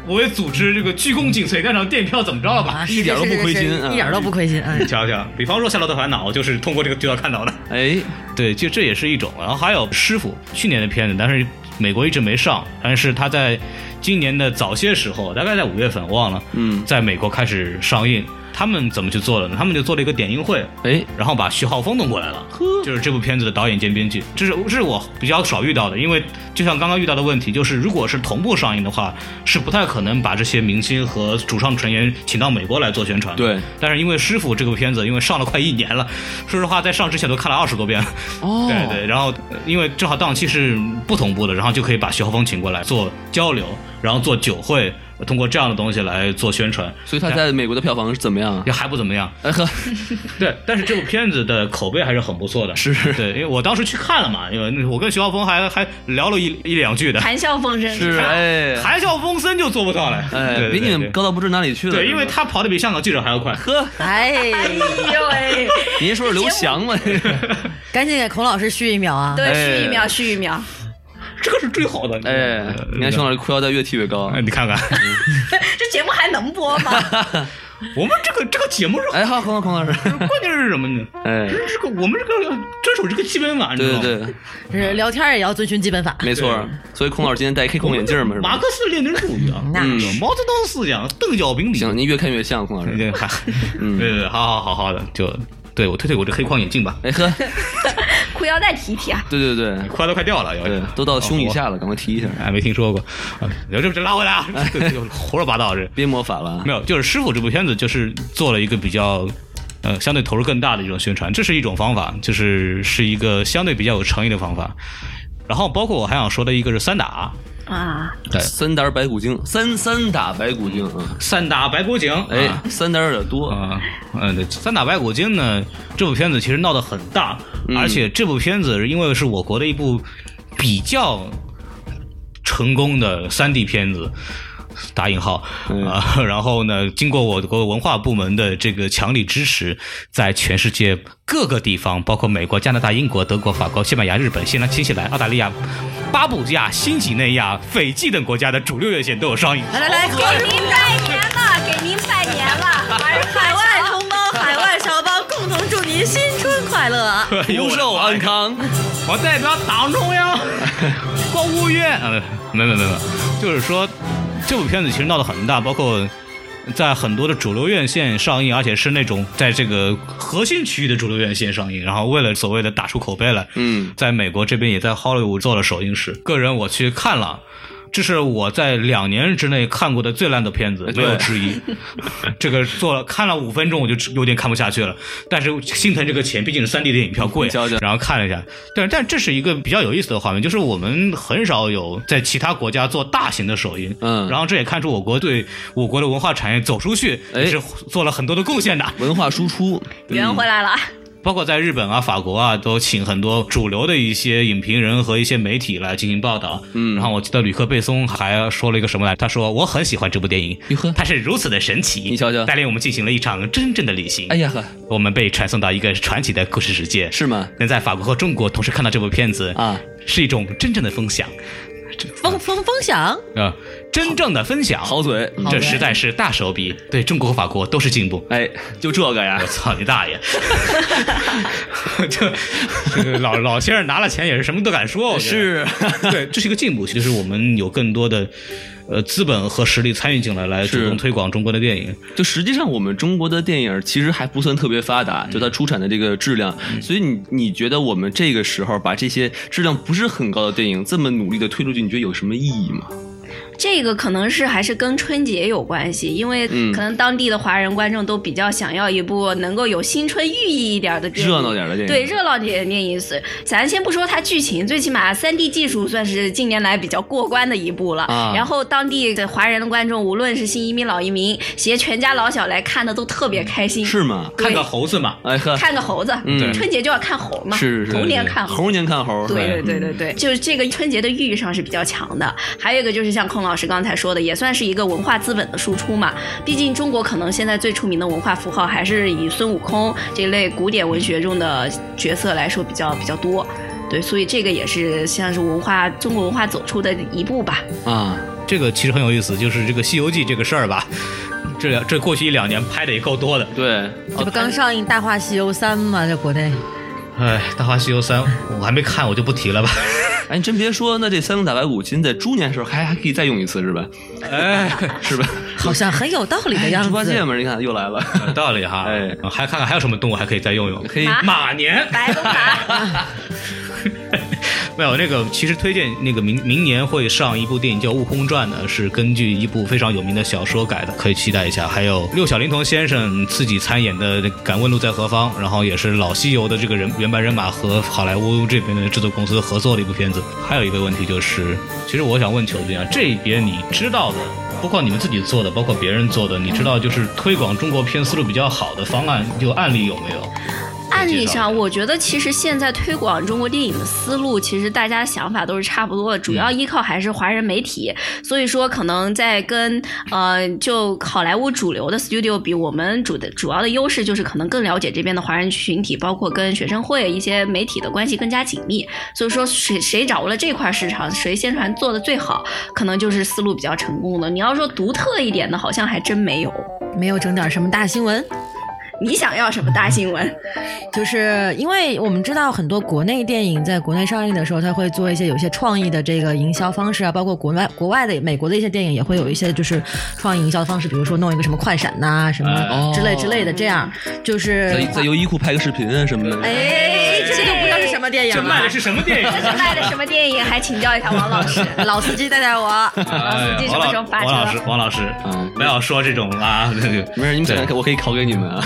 B: 我为组织这个鞠躬尽瘁，但让电票怎么着啊了 [LAUGHS] 吧？
C: 一点都不亏心
D: 啊是是是
C: 啊
D: 一点都不亏心。嗯，
B: 瞧瞧，比方说《夏洛特烦恼》，我就是通过这个渠道看到的。
C: 哎，
B: [LAUGHS] 对，就这也是一种。然后还有《师傅》，去年的片子，但是美国一直没上，但是他在今年的早些时候，大概在五月份，我忘了，
C: 嗯
B: 在美国开始上映。他们怎么去做的呢？他们就做了一个点映会，
C: 哎，
B: 然后把徐浩峰弄过来了，就是这部片子的导演兼编剧，这是这是我比较少遇到的，因为就像刚刚遇到的问题，就是如果是同步上映的话，是不太可能把这些明星和主创成员请到美国来做宣传的。
C: 对，
B: 但是因为《师傅》这个片子，因为上了快一年了，说实话，在上之前都看了二十多遍
C: [LAUGHS]
B: 了。
C: 哦
B: 对对，然后呃因为正好档期是不同步的，然后就可以把徐浩峰请过来做交流，然后做酒会，通过这样的东西来做宣传，
C: 所以他在美国的票房是怎么样啊？
B: 也还不怎么
C: [LAUGHS]
B: 样。
C: 哎呵，
B: 对，但是这部片子的口碑还是很不错的。
C: 是
B: 对，因为我当时去看了嘛，因为我跟徐浩峰还还聊了一一两句的，
A: 谈笑风生
C: 是哎
B: 谈笑风生就做不到了。
C: 哎，
B: 啊对
C: 比你们。
B: 对对
C: 高到不知哪里去了。
B: 对，因为
C: 是吧
B: 他跑得比香港记者还要快。
C: 呵，
D: 哎，
A: 哎呦喂，
C: 您说是刘翔吗？
D: 赶紧给孔老师续一秒啊！
A: 对，
C: 哎
A: 续一秒，续一秒，
B: 这个是最好的。
C: 哎，你看熊老师裤腰带越剃越高
B: 呃哎，。你看看，
A: 这节目还能播吗？
B: 我们这个这个节目是，
C: 哎，好，孔老孔老师，
B: 关键是什么呢？
C: 哎，
B: 这个我们这个遵守这个基本法，你知道
C: 对
B: 吗？
C: 对对，
D: 是聊天也要遵循基本法。
C: 没错。所以孔老师今天戴 K 孔眼镜嘛，是
B: 马
C: 吧
B: 克？思列宁主义啊，
D: 那
B: 嗯毛泽东思想，邓小平理
C: 行，
B: 论。
C: 您越看越像孔老
B: [LAUGHS]
C: 师。
B: 对，还，
C: 嗯
B: 对对对，好好好好的，就对我推推我这黑框眼镜吧，
C: 哎呵，
A: 裤腰带提一提啊！
C: 对对对
B: 快都快掉了，有
C: 对，都到胸以下了，赶快提一下，
B: 哎，没听说过，啊有这这拉回来啊，
C: 哎
B: 胡说八道这。
C: 别魔法了啊。
B: 没有，就是《师傅》这部片子就是做了一个比较。呃，相对投入更大的一种宣传，这是一种方法，就是是一个相对比较有诚意的方法。然后，包括我还想说的一个是三打，
A: 啊，
B: 对
C: 三打白骨精，三三打白骨精啊！
B: 三打白骨精，
C: 哎，三打有点多，
B: 啊，嗯，对，《三打白骨精》呢，这部片子其实闹得很大，而且这部片子因为是我国的一部比较成功的三 D 片子。打引号啊、然后呢，经过我国文化部门的这个强力支持，在全世界各个地方，包括美国、加拿大、英国、德国、法国、西班牙、日本、新兰、新西兰、澳大利亚、巴布亚、新几内亚、斐济等国家的主流院线都有上映。[LAUGHS]
D: 来来来，
A: 给您拜年了，给您拜年了，
G: 海外同胞、海外侨胞共同祝您新春快乐啊！
C: 福寿安康。
B: 我代表党中央过五月，呃，没没没没，就是说这部片子其实闹得很大，包括在很多的主流院线上映，而且是那种在这个核心区域的主流院线上映，然后为了所谓的打出口碑来，
C: 嗯，
B: 在美国这边也在好莱坞做了首映式。个人我去看了。这是我在两年之内看过的最烂的片子，没有之一。 [LAUGHS] 这个做了看了五分钟，我就有点看不下去了。但是心疼这个钱，毕竟是三 D 电影票贵
C: 你瞧瞧，
B: 然后看了一下。但但这是一个比较有意思的画面，就是我们很少有在其他国家做大型的首映，
C: 嗯
B: 然后这也看出我国对我国的文化产业走出去
C: 哎
B: 也是做了很多的贡献的。
C: 文化输出，
A: 圆回来了。
B: 包括在日本啊、法国啊，都请很多主流的一些影评人和一些媒体来进行报道。嗯，然后我记得吕克·贝松还说了一个什么来，他说我很喜欢这部电影
C: [LAUGHS] 哟呵，
B: 它是如此的神奇，
C: 你瞧瞧
B: 带领我们进行了一场真正的旅行。
C: 哎呀呵，
B: 我们被传送到一个传奇的故事世界，
C: 是吗？
B: 能在法国和中国同时看到这部片子
C: 啊，
B: 是一种真正的分享
D: 风风风响，
B: 啊，真正的分享，
C: 好嘴，
B: 这实在是大手笔，对中国和法国都是进步。
C: 哎，就这个
B: [LAUGHS]
C: 呀
B: 我，操你大爷！就这个老老先生拿了钱也是什么都敢说，我觉得
C: 是，
B: 对，这是一个进步，就是我们有更多的呃资本和实力参与进来，来主
C: 是
B: 动推广中国的电影。
C: 就实际上我们中国的电影其实还不算特别发达，就它出产的这个质量，所以你你觉得我们这个时候把这些质量不是很高的电影这么努力的推出去，你觉得有什么意义吗？
A: 这个可能是还是跟春节有关系，因为
C: 嗯
A: 可能当地的华人观众都比较想要一部能够有新春寓意一点的电影，
C: 热闹点的电影
A: 对，热闹点的电影是，咱先不说它剧情，最起码三 D 技术算是近年来比较过关的一步了。
C: 啊
A: 然后当地的华人的观众，无论是新移民、老移民，携全家老小来看的都特别开心，
C: 是吗？
A: 对
B: 看个猴子嘛，
C: 哎
A: [LAUGHS]
C: 呵，
A: 看个猴子，
C: 嗯
A: 春节就要看猴嘛，
C: 是是是，
A: 猴年
C: 对
A: 看
C: 猴年看猴，
A: 对对对对对，就是这个春节的寓意上是比较强的。还有一个就是像孔老师刚才说的，也算是一个文化资本的输出嘛。毕竟中国可能现在最出名的文化符号还是以孙悟空这类古典文学中的角色来说比较比较多。对，所以这个也是像是文化中国文化走出的一步
C: [LAUGHS]
A: 吧。
C: 啊，
B: 这个其实很有意思，就是这个《西游记》这个事儿吧，这两这过去一两年拍的也够多的。
C: 对，
D: 这不刚上映《大话西游三》吗？在国内，
B: 哎，《大话西游三》我还没看，我就不提了吧。
C: 哎， [LAUGHS] 你真别说，那这三个打白骨精在猪年时候还还可以再用一次是吧？
B: 哎，
C: 是吧？
D: 好像很有道理的样
C: 猪八戒
D: 子。
C: 嘛，你看又 [LAUGHS] 来了。
B: 有道理哈。
C: 哎
B: 还看看还有什么动物还可以再用用。
C: 嘿，
A: 马
B: 马年，
A: 白龙马，
B: [LAUGHS] 没有那个，其实推荐那个明明年会上一部电影叫《悟空传》呢，是根据一部非常有名的小说改的，可以期待一下。还有六小龄童先生自己参演的那个《敢问路在何方》，然后也是老西游的这个人原班人马和好莱坞这边的制作公司合作的一部片子。还有一个问题就是，其实我想问球队啊，这边你知道的。包括你们自己做的，包括别人做的，你知道就是推广中国片思路比较好的方案，有案例有没有？
A: 按理上，我觉得其实现在推广中国电影的思路，其实大家想法都是差不多的，主要依靠还是华人媒体。所以说，可能在跟呃就好莱坞主流的 studio 比，我们主的主要的优势就是可能更了解这边的华人群体，包括跟学生会一些媒体的关系更加紧密。所以说谁谁掌握了这块市场，谁宣传做的最好，可能就是思路比较成功的。你要说独特一点的，好像还真没有。
D: 没有整点什么大新闻，
A: 你想要什么大新闻？ [LAUGHS]
D: 就是因为我们知道很多国内电影在国内上映的时候，它会做一些有一些创意的这个营销方式啊，包括国外国外的美国的一些电影也会有一些就是创意营销的方式，比如说弄一个什么快闪呐、什么
C: 哎
B: 哦
D: 之类之类的，这样就是
C: 再再由衣库拍个视频啊什么的。
D: 哎，这就不知道是什么电影
B: 这卖
D: 了
B: 的。是什么电影？
A: 这卖的什么电影？还请教一下王老师。
D: 老司机带带我，
A: 老司机什么时候发
B: 啊哎王老师
A: 车？，
B: 王老师
C: 嗯，
B: 不要说这种啊，那个
C: 没事，你们想想看，我可以考给你们啊。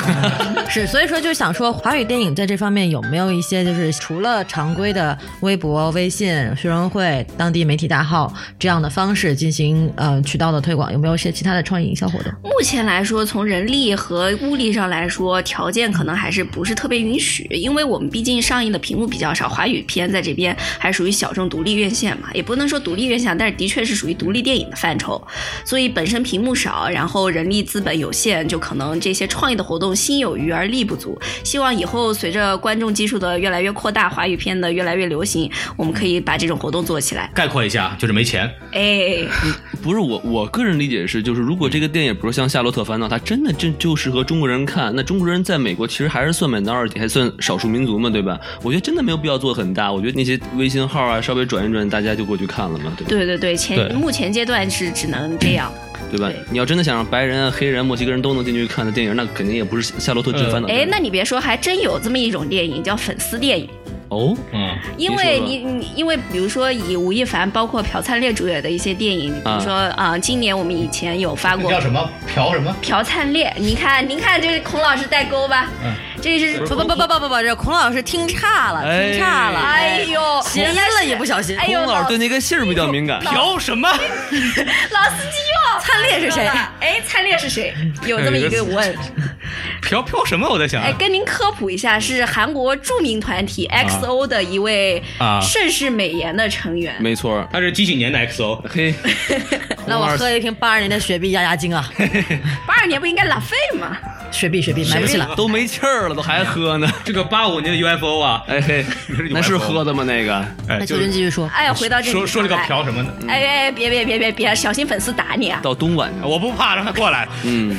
D: 是，所以说就想说，华语电影在这方面有没有一些，就是除了常规的微博、微信、学生会、当地媒体大号这样的方式进行呃渠道的推广，有没有一些其他的创意营销活动？
A: 目前来说，从人力和物力上来说，条件可能还是不是特别允许，因为我们毕竟上映的屏幕比较少，华语片在这边还属于小众独立院线嘛，也不能说独立院线，但是的确是属于独立电影的范畴，所以本身屏幕少，然后人力资本有限，就可能这些创意的活动心有余而力不足。希望以后随着观众基数的越来越扩大，华语片的越来越流行，我们可以把这种活动做起来。
B: 概括一下就是没钱。
A: 哎。
C: [LAUGHS] 不是我，我个人理解是，就是如果这个电影，比如像《夏洛特烦恼》，它真的真就适合中国人看，那中国人在美国其实还是算 minority，还算少数民族嘛，对吧？我觉得真的没有必要做很大，我觉得那些微信号啊，稍微转一转，大家就过去看了嘛，对吧？
A: 对对对，前
B: 对
A: 目前阶段是只能这样。
C: 对吧
A: 对？
C: 你要真的想让白人啊、黑人啊、墨西哥人都能进去看的电影，那肯定也不是《夏洛特之烦恼》对吧。
A: 哎，那你别说，还真有这么一种电影叫粉丝电影，
C: 哦，
B: 嗯，
A: 因
C: 你
A: 为
C: 说吧
A: 你你因为比如说以吴亦凡包括朴灿烈主演的一些电影，比如
C: 啊
A: 说啊、今年我们以前有发过
B: 叫什么？嫖什么？
A: 朴灿烈，你看您看这个孔老师代沟吧，
B: 嗯
A: 这是
D: 不不不不不不，这孔老师听岔了，听岔了，
A: 哎呦，
D: 谐音了一不小心。
A: 哎呦
C: 龚老哦师对那个姓儿比较敏感。
B: 嫖什么？
A: 老司机哟，灿烈是谁？哎，灿烈是谁？有这么一个问，
B: 嫖嫖什么？我在想啊
A: 哎，跟您科普一下，是韩国著名团体 XO 的一位
B: 啊
A: 盛世美颜的成员。
C: 没错儿，
B: 他是几几年的 XO？
C: 嘿，
D: 让我喝一瓶八二年的雪碧压压惊啊！
A: 八二年不应该拉菲吗？
D: 雪碧雪碧买不起了。
C: 都没气儿了，都还喝呢。
B: 这个八五年的 UFO 啊，
C: 哎嘿， [LAUGHS] 那是喝的吗？那个
B: 哎
D: 那
B: 就
D: 球君继续说，
A: 哎，回到这里
B: 说说这个
A: 来
B: 嫖什么呢？
A: 哎哎，别别别别别，小心粉丝打你啊！
C: 到东莞去了。
B: 我不怕，让他过来。
C: 嗯，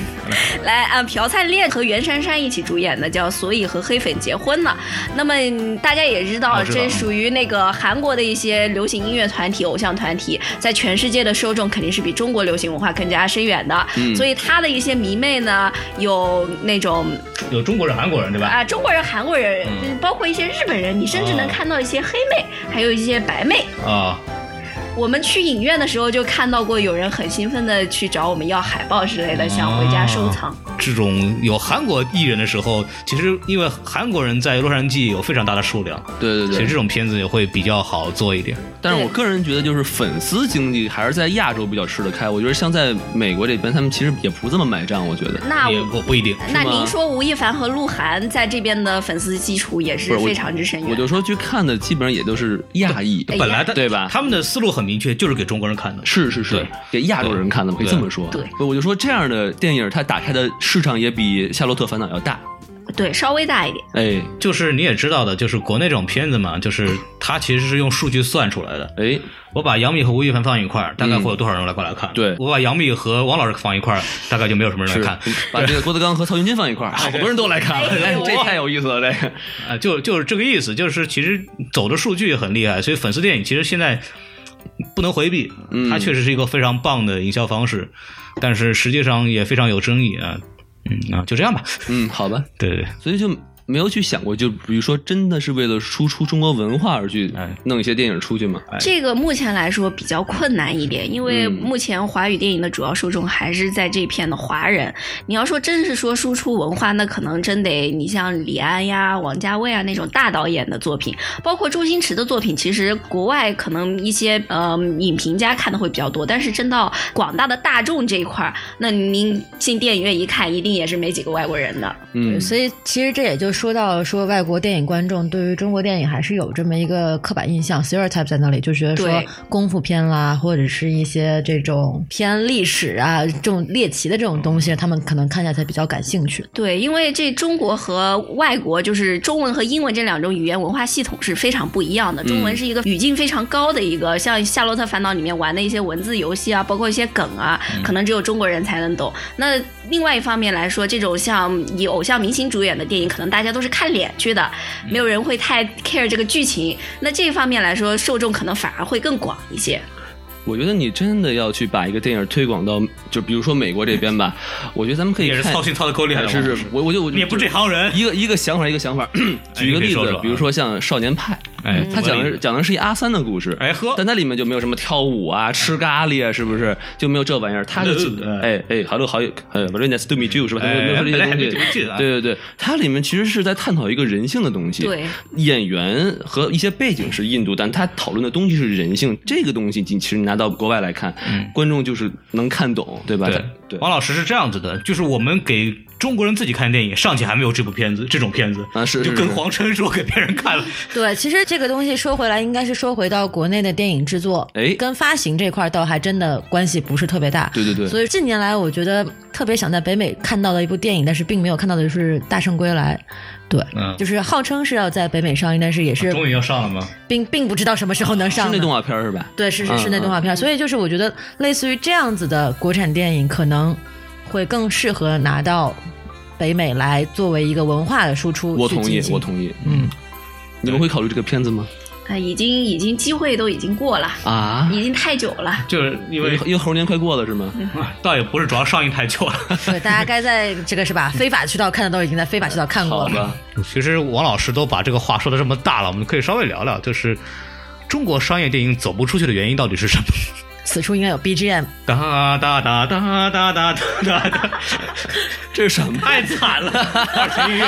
A: 来，啊，朴灿烈和袁姗姗一起主演的叫《所以和黑粉结婚了》。那么嗯大家也知道，
B: 啊知道
A: 这属于那个韩国的一些流行音乐团体、偶像团体，在全世界的受众肯定是比中国流行文化更加深远的。
B: 嗯
A: 所以他的一些迷妹呢，有那种
B: 有中国人、韩国人对吧？
A: 啊，中国人、韩国人，
B: 嗯
A: 嗯包括一些日本人，你甚至能
B: 啊
A: 看到一些黑妹，还有一些白妹。
B: 啊，
A: 我们去影院的时候就看到过有人很兴奋的去找我们要海报之类
C: 嗯
A: 的，想回家收藏。
B: 这种有韩国艺人的时候，其实因为韩国人在洛杉矶有非常大的数量，
C: 对
B: 所以
C: 对
B: 这
C: 对。
B: 种片子也会比较好做一点。
C: 但是我个人觉得，就是粉丝经济还是在亚洲比较吃得开。我觉得像在美国这边，他们其实也不这么买账。我觉得
A: 那
B: 也不不一定。
A: 那
C: 是吗
A: 您说吴亦凡和鹿晗在这边的粉丝基础也是
C: 不是我
A: 非常之深
C: 我
A: 远。
C: 就说去看的基本上也都是亚裔，
A: 哎
B: 本来他
C: 对吧
B: 他们的思路很明确，就是给中国人看的。
C: 是是
B: 对
C: 是，给亚洲人看的，可以
B: 对
C: 这么说。
A: 对
C: 不我就说这样的电影，它打开的市场也比《夏洛特烦恼》要大。
A: 对，稍微大一点。
C: 哎
B: 就是你也知道的，就是国内这种片子嘛，就是它其实是用数据算出来的。
C: 哎，
B: 我把杨幂和吴亦凡放一块儿，大概会有多少人来过来看？
C: 对
B: 我把杨幂和王老师放一块儿，大概就没有什么人
C: 是
B: 来看。
C: 把这个郭德纲和曹云金放一块儿， [LAUGHS] 好多人都来看了，哎这太有意思了，这个。
B: 啊，就就是这个意思，就是其实走的数据很厉害，所以粉
C: 嗯
B: 丝电影其实现在不能回避，它确实是一个非常棒的营销方式。但是实际上也非常有争议啊。嗯啊，就这样吧。
C: 嗯，好吧，
B: 对对对，
C: 所以就没有去想过，就比如说真的是为了输出中国文化而去
B: 哎
C: 弄一些电影出去嘛？哎
A: 这个目前来说比较困难一点，因为
C: 嗯
A: 目前华语电影的主要受众还是在这片的华人。你要说真是说输出文化，那可能真得你像李安呀、王家卫啊那种大导演的作品，包括周星驰的作品，其实国外可能一些呃影评家看的会比较多，但是真到广大的大众这一块儿，那您进电影院一看，一定也是没几个外国人的。
C: 嗯，
D: 所以其实这也就说到说外国电影观众对于中国电影还是有这么一个刻板印象 stereotype 在那里，就觉得说
A: 对
D: 功夫片啦，或者是一些这种偏历史啊、这种猎奇的这种东西，他们可能看起来才比较感兴趣。
A: 对，因为这中国和外国就是中文和英文这两种语言文化系统是非常不一样的。中文是一个语境非常高的一个，像《夏洛特烦恼》里面玩的一些文字游戏啊，包括一些梗啊，可能只有中国人才能懂。那另外一方面来说，这种像以偶像明星主演的电影，可能大家都是看脸去的，没有人会太 care 这个剧情。那这方面来说，受众可能反而会更广一些。
C: 我觉得你真的要去把一个电影推广到，就比如说美国这边吧，我觉得咱们可以
B: 也是
C: 看
B: 操心操的够厉害了。
C: 哎是
B: 王老
C: 是
B: 师，
C: 我我就我就
B: 你也不这行人。哎
C: 一个一个想法一个想法。举一
B: 你
C: 个
B: 可以
C: 例
B: 说
C: 子
B: 说，
C: 比如说像《少年派》，
B: 哎，
C: 他
B: 怎
C: 讲
B: 么
C: 的
B: 理
C: 是
B: 解
C: 讲的是一阿三的故事，
B: 哎呵，
C: 但那里面就没有什么跳舞啊、吃咖喱啊，是不是就没有这玩意儿？他是
B: 呃
C: 哎哎，Hello，好友，呃，Very nice to meet you，是吧？他没有没有
B: 哎
C: 说这
B: 本
C: 些
B: 来
C: 东
B: 还没
C: 西
B: 这个句子啊，
C: 对对对，它里面其实是在探讨一个人性的东西。
A: 对，
C: 演员和一些背景是印度，但他讨论的东西是人性，这个东西你其实拿到国外来看，观众就是能看懂，对吧？
B: 嗯对
C: 对
B: 王老师是这样子的，就是我们给中国人自己看电影，上去还没有这部片子这种片子
C: 啊是是
B: 就跟
C: 是
B: 黄琛说给别人看了，
D: 对，其实这个东西说回来，应该是说回到国内的电影制作，
C: 哎
D: 跟发行这块儿倒还真的关系不是特别大。
C: 对对对
D: 所以近年来，我觉得特别想在北美看到的一部电影，但是并没有看到的就是《大圣归来》。对，
B: 嗯
D: 就是号称是要在北美上映，但是也是
B: 终于要上了吗？
D: 并并不知道什么时候能
C: [LAUGHS] 是
D: 上
C: 那
D: 呢。
C: 动画片儿是吧？
D: 对，是是
C: 嗯
D: 室内动画片，所以就是我觉得类似于这样子的国产电影，可能会更适合拿到北美来作为一个文化的输出。
C: 我同意，我
D: 意。
C: 同意。
D: 嗯，
C: 你们会考虑这个片子吗？
A: 啊，已经已经机会都已经过了，
C: 啊，嗯
A: 已经太久了。
B: 就是因
C: 因
B: 为啊
C: 为因为猴年快过了是吗？
B: 倒也不是主要上映太久了。
D: 对，大家该在这个
C: [LAUGHS]
D: 是吧？非法渠道看的都已经在非法渠道看过
C: 好
D: 了。
C: 吧，
B: [LAUGHS]
C: [LAUGHS]
B: 其实王老师都把这个话说的这么大了，我们可以稍微聊聊，就是中国商业电影走不出去的原因到底是什么？
D: 此处应该有 BGM，
B: [LAUGHS] 哒哒哒哒哒哒哒哒，
C: 这是什么？
B: 太惨了， [LAUGHS] 二泉映月，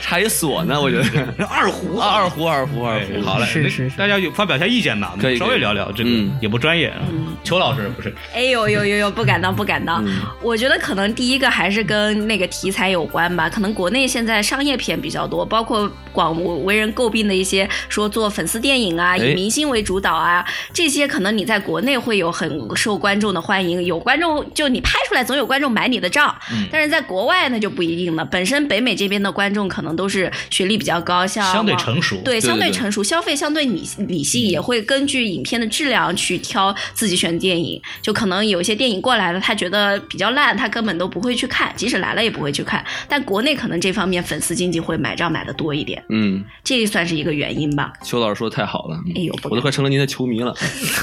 C: 差一锁呢？我觉得
B: [LAUGHS] 二胡
C: 啊， [LAUGHS] 二胡，二胡，二
B: 哎
C: 胡。
B: 好嘞，
D: 是
B: 那
D: 是是
B: 大家有发表一下意见吧，我
C: 可
B: 们
C: 以
B: 稍
C: 可
B: 微
C: 以
B: 聊聊这个
C: 嗯，
B: 也不专业啊。邱老师不是，
A: 哎呦呦呦呦，不敢当，不敢当。
B: 嗯
A: 我觉得可能第一个还是跟那个题材有关吧，可能国内现在商业片比较多，包括广为人诟病的一些说做粉丝电影啊，
C: 哎
A: 以明星为主导啊，这些可能你在国内会有很受观众的欢迎，有观众就你拍出来总有观众买你的账，
B: 嗯
A: 但是在国外那就不一定了。本身北美这边的观众可能都是学历比较高，像
B: 相对
A: 王
B: 成熟
A: 对，
C: 对
A: 相对
C: 对
A: 成熟，消费相对理理性，也会根据影片的质量去挑自己选的电影。就可能有一些电影过来了，他觉得比较烂，他根本都不会去看，即使来了也不会去看。但国内可能这方面粉丝经济会买账买的多一点，
C: 嗯，
A: 这算是一个原因吧。
C: 邱老师说的太好了，嗯
A: 哎呦不敢
C: 我都快成了您的球迷 [LAUGHS] 了。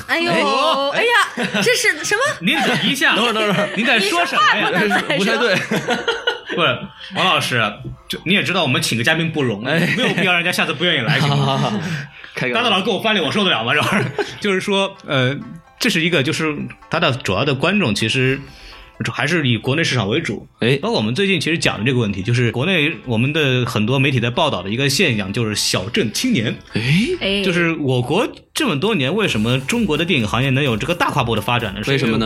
D: 哎呦，哎呀，这是什么？
B: 您等一下，等会儿等会儿，您在说什么呀？
C: 不太对，
B: 不是王老师，这你也知道我们请个嘉宾不容易，
C: 哎
B: 没有必要让人家下次不愿意来。行
C: 啊
B: 吗
C: [LAUGHS] 开个
B: 大大佬跟我翻脸，我受得了吗？这玩意儿就是说，呃，这是一个，就是它的主要的观众其实还是以国内市场为主。
C: 哎
B: 包括我们最近其实讲的这个问题，就是国内我们的很多媒体在报道的一个现象，就是小镇青年。
C: 哎，
A: 哎，
B: 就是我国这么多年，为什么中国的电影行业能有这个大跨步的发展呢？是
C: 为
B: 因
C: 什么呢？？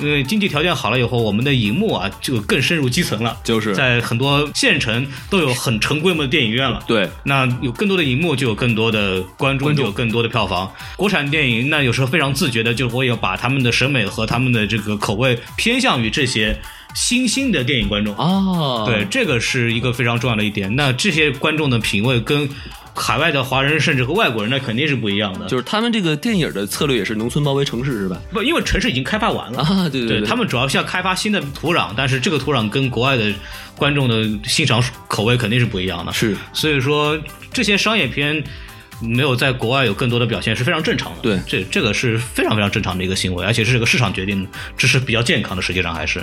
B: 因为呃经济条件好了以后，我们的荧幕啊就更深入基层了，
C: 就是
B: 在很多县城都有很成规模的电影院了。
C: 对，
B: 那有更多的荧幕，就有更多的观众，
C: 观众
B: 就有更多的票房。国产电影那有时候非常自觉的，就我也把他们的审美和他们的这个口味偏向于这些新兴的电影观众。
C: 哦，
B: 对，，这个是一个非常重要的一点。那这些观众的品味跟海外的华人甚至和外国人那肯定是不一样的，
C: 就是他们这个电影的策略也是农村包围城市是吧？
B: 不因为城市已经开发完了。
C: 啊，对对，
B: 他们主要是要开发新的土壤，但是这个土壤跟国外的观众的欣赏口味肯定是不一样的。
C: 是
B: 所以说这些商业片，没有在国外有更多的表现是非常正常的。
C: 对
B: 这这个是非常非常正常的一个行为，而且是这个市场决定的，这是比较健康的，实际上还是。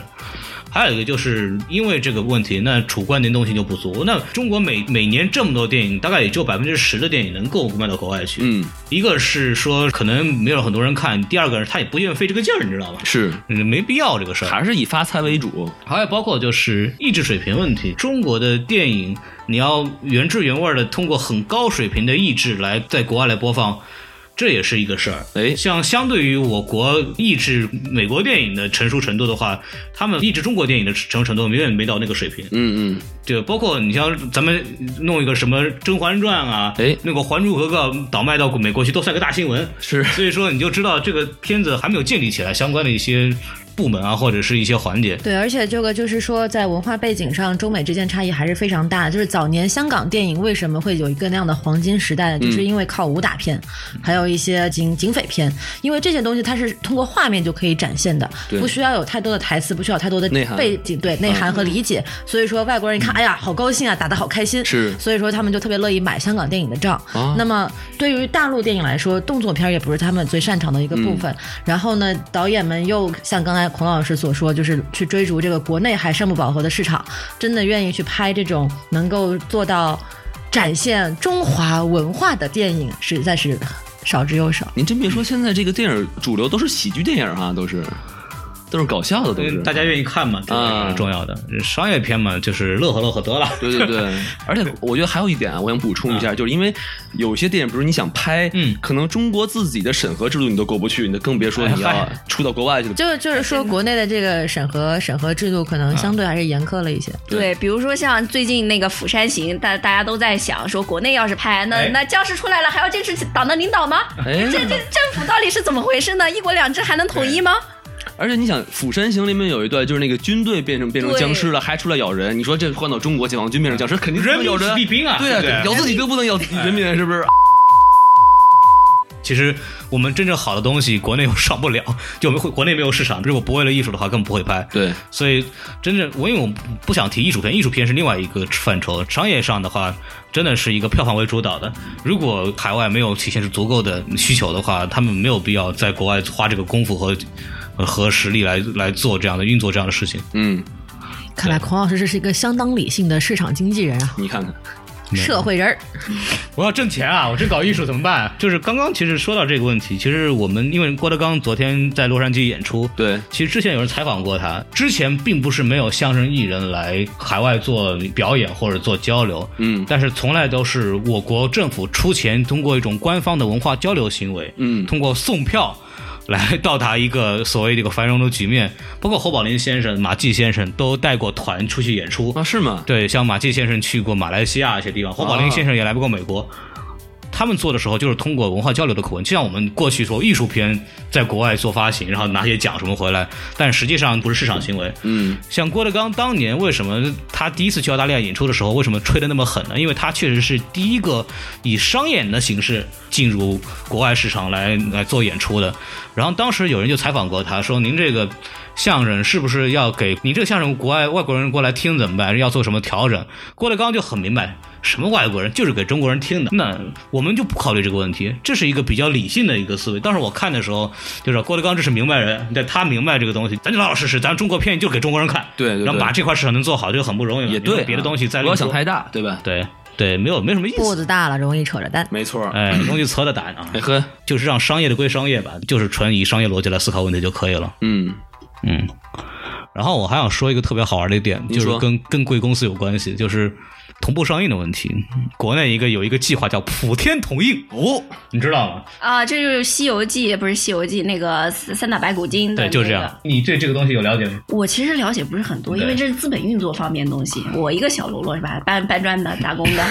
B: 还有一个就是因为这个问题，那主观能动性就不足。那中国每每年这么多电影，大概也就百分之十的电影能够卖到国外去。
C: 嗯，
B: 一个是说可能没有很多人看，第二个是他也不愿意费这个劲儿，你知道吗？
C: 是
B: 嗯没必要这个事儿。
C: 还是以发财为主。
B: 还有包括就是意志水平问题，中国的电影你要原汁原味的通过很高水平的意志来在国外来播放。这也是一个事儿，
C: 哎
B: 像相对于我国意志美国电影的成熟程度的话，他们意志中国电影的成熟程度远远没到那个水平。
C: 嗯嗯，
B: 对，包括你像咱们弄一个什么《甄嬛传》啊，
C: 哎
B: 那个《还珠格格》倒卖到美国去都算个大新闻，
C: 是
B: 所以说你就知道这个片子还没有建立起来相关的一些部门啊，或者是一些环节。
D: 对，而且这个就是说，在文化背景上，中美之间差异还是非常大的。就是早年香港电影为什么会有一个那样的黄金时代，
C: 嗯
D: 就是因为靠武打片，还有一些警警匪片，因为这些东西它是通过画面就可以展现的，
C: 对
D: 不需要有太多的台词，不需要有太多的
C: 内涵
D: 背景，对内涵和
C: 嗯
D: 理解。所以说外国人一看，哎呀，好高兴啊，打得好开心，
C: 是
D: 所以说他们就特别乐意买香港电影的账。
C: 啊
D: 那么对于大陆电影来说，动作片儿也不是他们最擅长的一个部
C: 嗯
D: 分。然后呢，导演们又像刚才孔老师所说，就是去追逐这个国内还剩不饱和的市场，真的愿意去拍这种能够做到展现中华文化的电影，实在是少之又少。
C: 您真别说，现在这个电影主流都是喜剧电影哈，都是都是搞笑的，都
B: 因
C: 是
B: 为大家愿
C: 意。
B: 意看嘛，这个
C: 啊
B: 是重要的。商业片嘛，就是乐呵乐呵得了。 [LAUGHS]
C: 对对对，而且我觉得还有一点啊，我想补充一下，就是因为有些电影，比如你想拍，
B: 嗯
C: 可能中国自己的审核制度你都过不去，你就更别说你
B: 哎
C: 要
B: 嗨
C: 出到国外去了。
D: 就就是
C: 嗯
D: 说，国内的这个审核审核制度可能相对还是严苛了一些。
C: 对
A: 对，比如说像最近那个《釜山行》，大大家都在想说，国内要是拍，那、
B: 哎
A: 那僵尸出来了，还要坚持党的领导吗？
C: 哎
A: 这这政府到底是怎么回事呢？一国两制还能统一吗？
C: 而且你想，《釜山行》里面有一段就是那个军队变成变成
A: 对
C: 僵尸了，还出来咬人。你说这换到中国解放军变成僵尸，肯定
B: 人
C: 不能
B: 民
C: 咬
B: 是
C: 人
B: 必兵啊
C: 对
B: 对不对哎
C: 咬自己都不能咬人民，啊是不是？
B: 其实我们真正好的东西，国内又上不了， [LAUGHS] 就没国内没有市场。如果不为了艺术的话，根本不会拍。
C: 对，
B: 所以，真正我因为我不想提艺术片，艺术片是另外一个范畴。商业上的话，真的是一个票房为主导的。如果海外没有体现出足够的需求的话，他们没有必要在国外花这个功夫和呃和实力来来做这样的运作这样的事情。
C: 嗯，
D: 看来孔老师这是一个相当理性的市场经纪人啊，
C: 你看看，
D: 社会人儿。
B: 我要挣钱啊！我真搞艺术怎么办、啊就是刚刚其实说到这个问题，其实我们因为郭德纲昨天在洛杉矶演出，
C: 对，
B: 其实之前有人采访过他，之前并不是没有相声艺人来海外做表演或者做交流，
C: 嗯
B: 但是从来都是我国政府出钱，通过一种官方的文化交流行为，
C: 嗯
B: 通过送票。来到达一个所谓的一个繁荣的局面，包括侯宝林先生、马季先生都带过团出去演出，
C: 啊，是吗？
B: 对，像马季先生去过马来西亚一些地方，侯宝林先生也来过美国。他们做的时候就是通过文化交流的口吻，就像我们过去说艺术片在国外做发行，然后拿些奖什么回来，但实际上不是市场行为。
C: 嗯，
B: 像郭德纲当年为什么他第一次去澳大利亚演出的时候，为什么吹得那么狠呢？因为他确实是第一个以商业的形式进入国外市场来来做演出的。然后当时有人就采访过他说：“您这个相声是不是要给您这个相声国外外国人过来听怎么办？要做什么调整？”郭德纲就很明白，什么外国人就是给中国人听的。那我们就不考虑这个问题，这是一个比较理性的一个思维。当时我看的时候，就是郭德纲这是明白人，但他明白这个东西，咱就老老实实，咱中国片就给中国人看，
C: 对对对
B: 然后把这块市场能做好，这个很不容易了。
C: 也
B: 你说
C: 对啊，
B: 别的东西再
C: 不要想
B: 另说
C: 太大，对吧？
B: 对对，没有没什么意
D: 步
B: 思。
D: 子大了容易扯着蛋。
C: 没错。
B: 哎，东西扯的胆啊
C: 哎，呵，
B: 就是让商业的归商业吧，就是纯以商业逻辑来思考问题就可以了。
C: 嗯，
B: 嗯，然后我还想说一个特别好玩的一点，
C: 您
B: 就
C: 说
B: 是跟跟贵公司有关系，就是同步上映的问题。国内一个有一个计划叫普天同映哦，你知道吗？
A: 啊，这就是《西游记》，不是《西游记》那个三三打白骨精的、那
B: 对，
A: 个。
B: 就这样。你对这个东西有了解吗？
A: 我其实了解不是很多，因为
B: 对
A: 这是资本运作方面的
B: [LAUGHS]
A: 东西。我一个小喽啰是吧，搬搬砖的，打工的。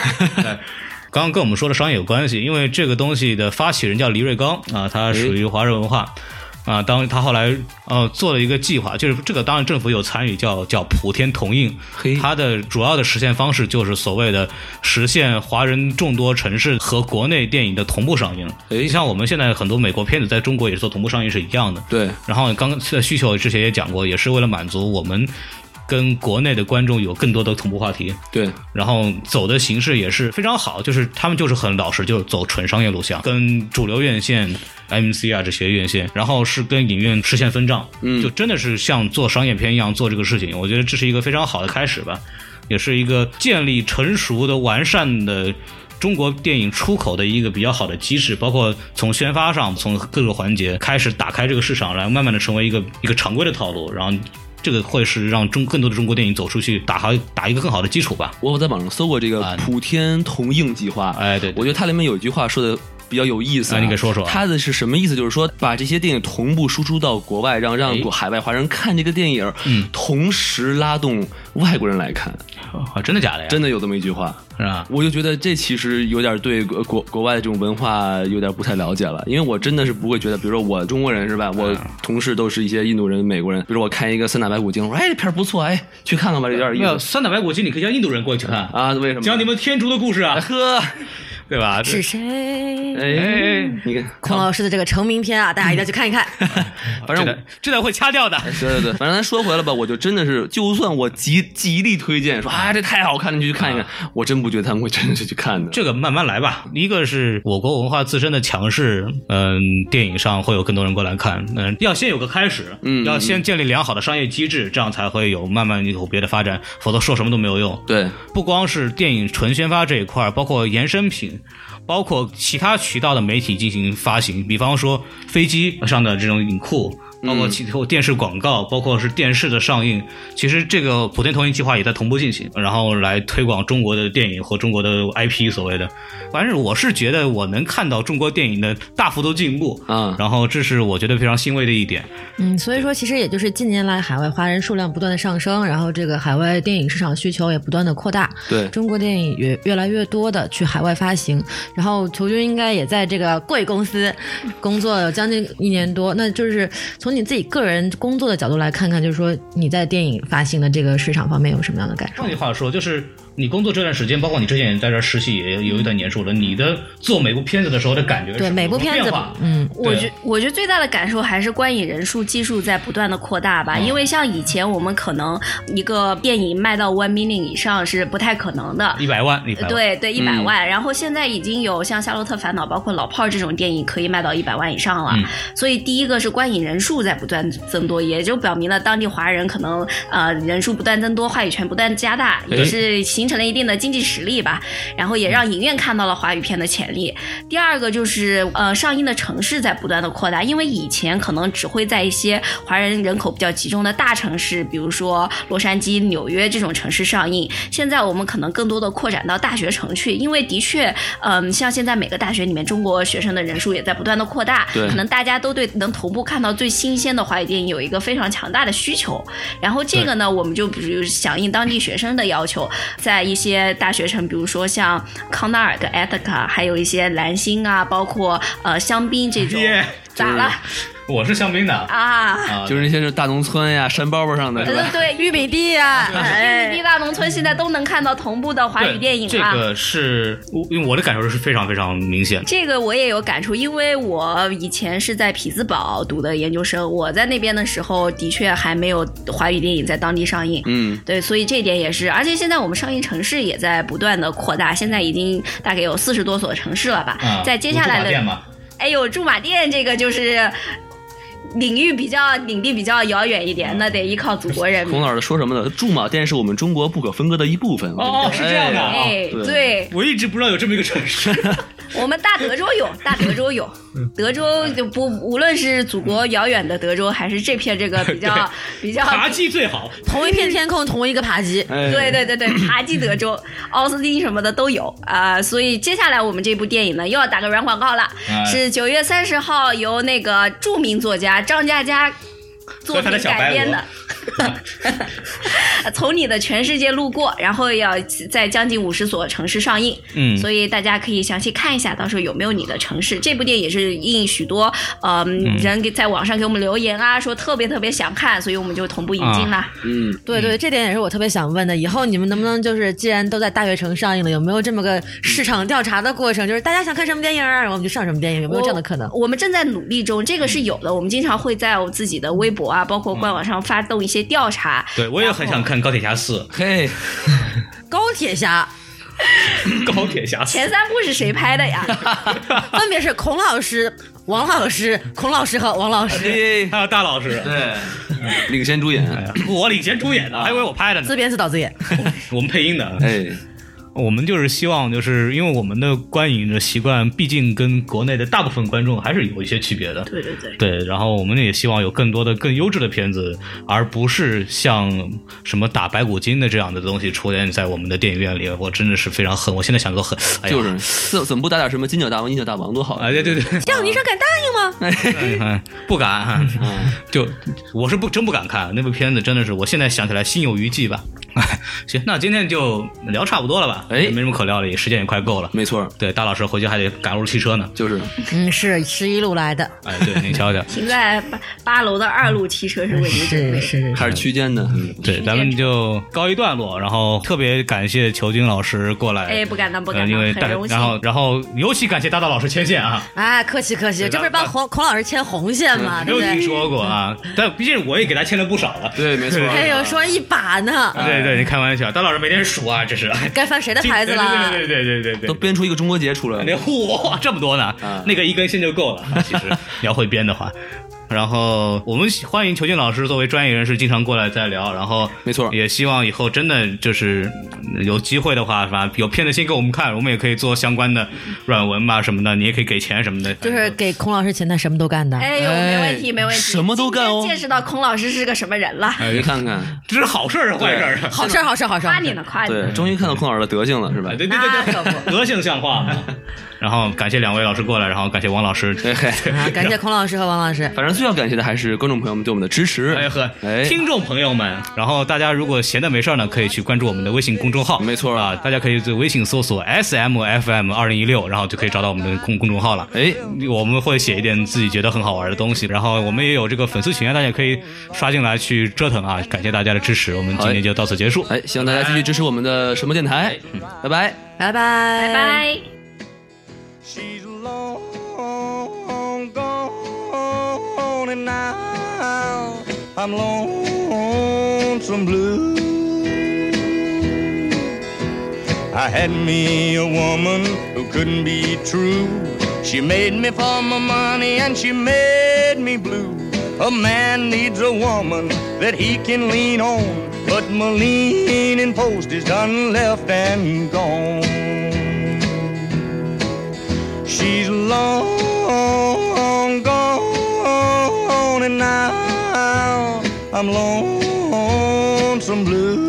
B: 刚刚跟我们说的商业有关系，因为这个东西的发起人叫黎瑞刚啊，他属于华润文化。啊，当他后来呃做了一个计划，就是这个当然政府有参与，叫叫普天同映
C: 嘿。
B: 它的主要的实现方式就是所谓的实现华人众多城市和国内电影的同步上映。
C: 哎
B: 像我们现在很多美国片子在中国也是做同步上映是一样的。
C: 对，
B: 然后刚刚需求之前也讲过，也是为了满足我们跟国内的观众有更多的同步话题。
C: 对，
B: 然后走的形式也是非常好，就是他们就是很老实，就是走纯商业路线，跟主流院线、MC 啊这些院线，然后是跟影院实现分账，
C: 嗯
B: 就真的是像做商业片一样做这个事情。我觉得这是一个非常好的开始吧，也是一个建立成熟的、完善的。中国电影出口的一个比较好的机制，包括从宣发上，从各个环节开始打开这个市场，然后慢慢的成为一个一个常规的套路，然后这个会是让中更多的中国电影走出去，打好打一个更好的基础吧。
C: 我在网上搜过这个
B: 啊
C: 普天同映计划，
B: 哎对对
C: 我觉得它里面有一句话说的。比较有意思、啊，
B: 哎你给说说啊
C: 它的是什么意思？就是说，把这些电影同步输出到国外，让让
B: 哎嗯
C: 海外华人看这个电影，同时拉动外国人来看，
B: 啊，真的假的呀？
C: 真的有这么一句话。
B: 是吧？
C: 我就觉得这其实有点对国国国外的这种文化有点不太了解了，因为我真的是不会觉得，比如说我中国人是
B: 嗯
C: 吧，我同事都是一些印度人、美国人，比如说我看一个《三打白骨精》，我说哎这片儿不错，哎去看看吧，有点
B: 没有
C: 意思
B: 三打白骨精，你可以叫印度人过去看，
C: 啊，嗯为什么？
B: 讲你们天竺的故事啊，
C: 呵，
B: 对
C: [LAUGHS]
B: 吧？
D: 是谁？
C: 哎，你看，
D: 孔老师的这个成名篇啊，大家一定要去看
C: [LAUGHS]
D: 一看。
C: 反正
B: 这段这段会掐掉的。
C: 对对对，反正咱说回来吧，我就真的是，就算我极极力推荐说
B: 嗯
C: 啊这太好看了，你去看一看，我真不觉得他们会真的是去看的。
B: 这个慢慢来吧。一个是我国文化自身的强势，嗯，电影上会有更多人过来看。嗯，要先有个开始，
C: 嗯
B: 要先建立良好的商业机制，这样才会有慢慢有别的发展，否则说什么都没有用。
C: 对，
B: 不光是电影纯宣发这一块儿，包括衍生品，包括其他渠道的媒体进行发行，比方说飞机上的这种影库。包括其后电视广告，包括是电视的上映，其实这个普天同映计划也在同步进行，然后来推广中国的电影和中国的 IP 所谓的。反正我是觉得我能看到中国电影的大幅度进步，
C: 嗯
B: 然后这是我觉得非常欣慰的一点。
D: 嗯，所以说其实也就是近年来海外华人数量不断的上升，然后这个海外电影市场需求也不断的扩大，
C: 对
D: 中国电影也越来越多的去海外发行。然后球军应该也在这个贵公司工作有将近一年多，那就是从你自己个人工作的角度来看看，就是说你在电影发行的这个市场方面有什么样的感受
B: 换？句话说，就是你工作这段时间，包括你之前也在这儿实习也有一段年数了，你的做每部片子的时候的感觉是
D: 对
B: 有
D: 每部
B: 什么
D: 片子
B: 变化，
D: 嗯，
B: 对
A: 我觉我觉得最大的感受还是观影人数基数在不断的扩大
B: 嗯
A: 吧，因为像以前我们可能一个电影卖到 one million 以上是不太可能的。
B: 一百万，一百万，嗯
A: 对对，一百万、然后现在已经有像《夏洛特烦恼》、包括《老炮儿》这种电影可以卖到一百万以上了、
B: 嗯
A: 所以第一个是观影人数在不断增多，也就表明了当地华人可能呃人数不断增多，话语权不断加大，也是形成了一定的经济实力吧。然后也让影院看到了华语片的潜力。第二个就是呃上映的城市在不断的扩大，因为以前可能只会在一些华人人口比较集中的大城市，比如说洛杉矶、纽约这种城市上映。现在我们可能更多的扩展到大学城去，因为的确，嗯、像现在每个大学里面中国学生的人数也在不断的扩大，
C: 对
A: 可能大家都对能同步看到最新鲜的华语电影有一个非常强大的需求。然后这个呢，我们就比如响应当地学生的要求，在一些大学城，比如说像康奈尔跟 Ethica，还有一些蓝星啊，包括呃香槟这
B: [LAUGHS]
A: 种。
B: 耶
A: 咋了
B: 我是香槟的啊
A: 啊？
C: 就是那些是大农村呀、山包包上的是吧？
A: 对，玉米地啊，玉米地大农村现在都能看到同步的华
B: 对
A: 语电影
B: 这
A: 啊。
B: 个是我因为我的感受是非常非常明显的。
A: 这个我也有感触，因为我以前是在匹兹堡读的研究生，我在那边的时候的确还没有华语电影在当地上映。
C: 嗯，
A: 对，所以这点也是，而且现在我们上映城市也在不断的扩大，现在已经大概有四十多所城市了吧。
B: 啊
A: 在接下来
B: 有驻马店
A: 的，
B: 嘛
A: 哎呦，驻马店这个就是领域比较领地比较遥远一点，那得依靠祖国人
B: 嗯
C: 孔
A: 民。
C: 老师说什么呢？驻马店是我们中国不可分割的一部分。
B: 哦是这样的啊
A: 哎，对
B: [LAUGHS] 我一直不知道有这么一个城市，
A: [LAUGHS] 我们大德州有，大德州有，德州就不无论是祖国遥远的德州，还是这片这个比较比较
B: 茶技最好。
D: 同一片天空，同一个扒鸡。
C: 哎
A: 对，对对对，爬基德州、奥斯汀什么的都有啊、所以接下来我们这部电影呢，又要打个软广告了，
B: 哎
A: 是九月三十号由那个著名作家张嘉佳。作品改编的，从你的全世界路过，然后要在将近五十所城市上映，
B: 嗯
A: 所以大家可以详细看一下，到时候有没有你的城市。这部电影也是应许多呃、人给在网上给我们留言啊，说特别特别想看，所以我们就同步引进啦。
C: 嗯，
D: 对对，这点也是我特别想问的。以后你们能不能就是，既然都在大学城上映了，有没有这么个市场调查的过程？就是大家想看什么电影儿，我们就上什么电影，有没有这样的可能？
A: 我？我们正在努力中，这个是有的。我们经常会在我自己的微博啊，包括官网上发动一些些调查。
B: 对我也很想看《钢铁侠四》，
C: 嘿，
D: 高铁侠
B: 《钢铁侠四》
A: 前三部是谁拍的
D: [LAUGHS]
A: 呀？
D: 分别是孔老师、王老师、孔老师和王老师
C: 嘿，
B: 还有大老师，
C: 对，领先主
B: 哎
C: 演，
B: 我领衔主演
A: 啊
B: 的，还以为我拍的呢
D: 自，编自导自演。
B: 我们配音的。
C: 哎，
B: 我们就是希望，就是因为我们的观影的习惯，毕竟跟国内的大部分观众还是有一些区别的。
A: 对对对，
B: 对，然后我们也希望有更多的更优质的片子，而不是像什么打白骨精的这样的东西出现在我们的电影院里。我真的是非常恨，我现在想都恨。哎呀
C: 就是怎怎么不打点什么金角大王、银角大王多好啊
B: 哎，对对对，
D: 这样你说敢答应
C: [LAUGHS]
D: 吗？
B: 哎不敢，
C: 嗯
B: 就我是不真不敢看那部片子，真的是我现在想起来心有余悸吧。 [LAUGHS] 行，那今天就聊差不多了吧？
C: 哎
B: 也没什么可聊的，也时间也快够了。
C: 没错儿，
B: 对，大老师回去还得赶路汽车呢。
C: 就是
D: 嗯，是十一路来的，
B: 哎，对，你
A: [LAUGHS]
B: 瞧瞧，
A: 停在八八楼的二路汽车是为您准备
D: 是
A: 的。
D: 是
C: 还是区间的，
B: 对，咱们就告一段落，然后特别感谢裘军老师过来，
A: 哎，不敢当，不
B: 呃
A: 敢
B: 因
A: 当
B: 为，大
A: 很荣幸
B: 然。后然后尤其感谢大大老师牵线啊，
D: 哎，客气客气，这不是帮孔孔老师牵红线吗？
B: 没有
D: 对不
B: 听
D: 对？
B: 说过啊，但毕竟我也给他牵了不少了。
C: 对，没错儿，
D: 还有说一把呢，
B: 对对，你开玩笑，大老师每天数啊，这
A: [LAUGHS]
B: 是
D: 该翻谁的牌子了？
B: 对对对对对对。
C: 都编出一个中国结出 [LAUGHS] 来
B: 那
C: 了，
B: 嚯， [LAUGHS] 这么多呢
C: 啊，
B: 那个一根线就
C: [LAUGHS]
B: 够了。其实你要会编的话，然后我们欢迎裘俊老师作为专业人士经常过来再聊，然后
C: 没错
B: 也希望以后真的就是嗯有机会的话，是吧？有片子先给我们看，我们也可以做相关的软文吧什么的，你也可以给钱什么的，
D: 就是给孔老师钱，他什么都干的。
A: [LAUGHS] 哎呦，没问题，没问题，
C: 什么都干哦
A: 今天见识到孔老师是个什么人了，
C: [LAUGHS] 哎，你看看，
B: 这是好事儿还是坏事儿啊？
D: 好事儿，好事儿，好事儿
A: 夸！你呢，夸你呢。
C: 对，终于看到孔老师的德行了，是吧
B: 哎？ [LAUGHS] 对对
D: 那
B: 对
D: 可不。
B: 对，德性像话。
C: [LAUGHS]
B: 然后感谢两位老师过来，然后感谢王老师。
C: 哎嘿，
D: 啊，感谢孔老师和王老师。
C: 反正最要感谢的还是观众朋友们对我们的支持，
B: 哎呵，
C: 哎，
B: 听众朋友们，然后大家如果闲的没事儿呢，可以去关注我们的微信公众号，
C: 没错
B: 啊，大家可以在微信搜索 S M F M 二零一六，然后就可以找到我们的公公众号了。
C: 哎，
B: 我们会写一点自己觉得很好玩的东西，然后我们也有这个粉丝群啊，大家也可以刷进来去折腾啊！感谢大家的支持，我们今天就到此结束。
C: 哎，希望大家继续支持我们的什么电台，
B: 嗯
C: 拜拜。
D: 拜拜，
A: 拜。拜。
H: She's long gone, and now I'm lonesome blue. I had me a woman who couldn't be true. She made me for my money and she made me blue. A man needs a woman that he can lean on, but my leaning post is done left and gone. She's long gone, and now I'm lonesome blue.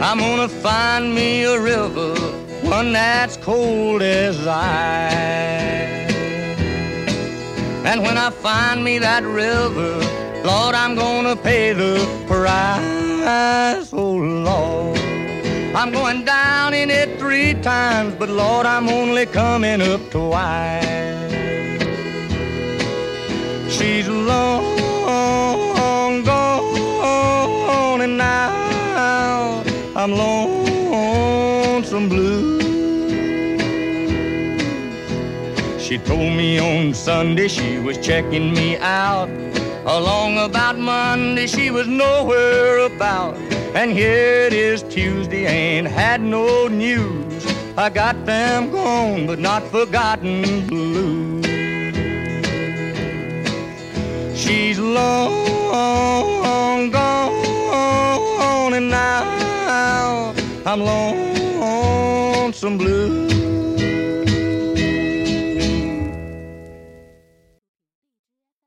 H: I'm gonna find me a river, one that's cold as ice. And when I find me that river, Lord, I'm gonna pay the price. Oh Lord, I'm going down in it three times, but Lord, I'm only coming up twice. She's long gone, and now I'm lonesome blue. She told me on Sunday she was checking me out. Along about Monday she was nowhere about. And here it is Tuesday, ain't had no news. I got them gone, but not forgotten blue. She's long gone, and now I'm lonesome blue.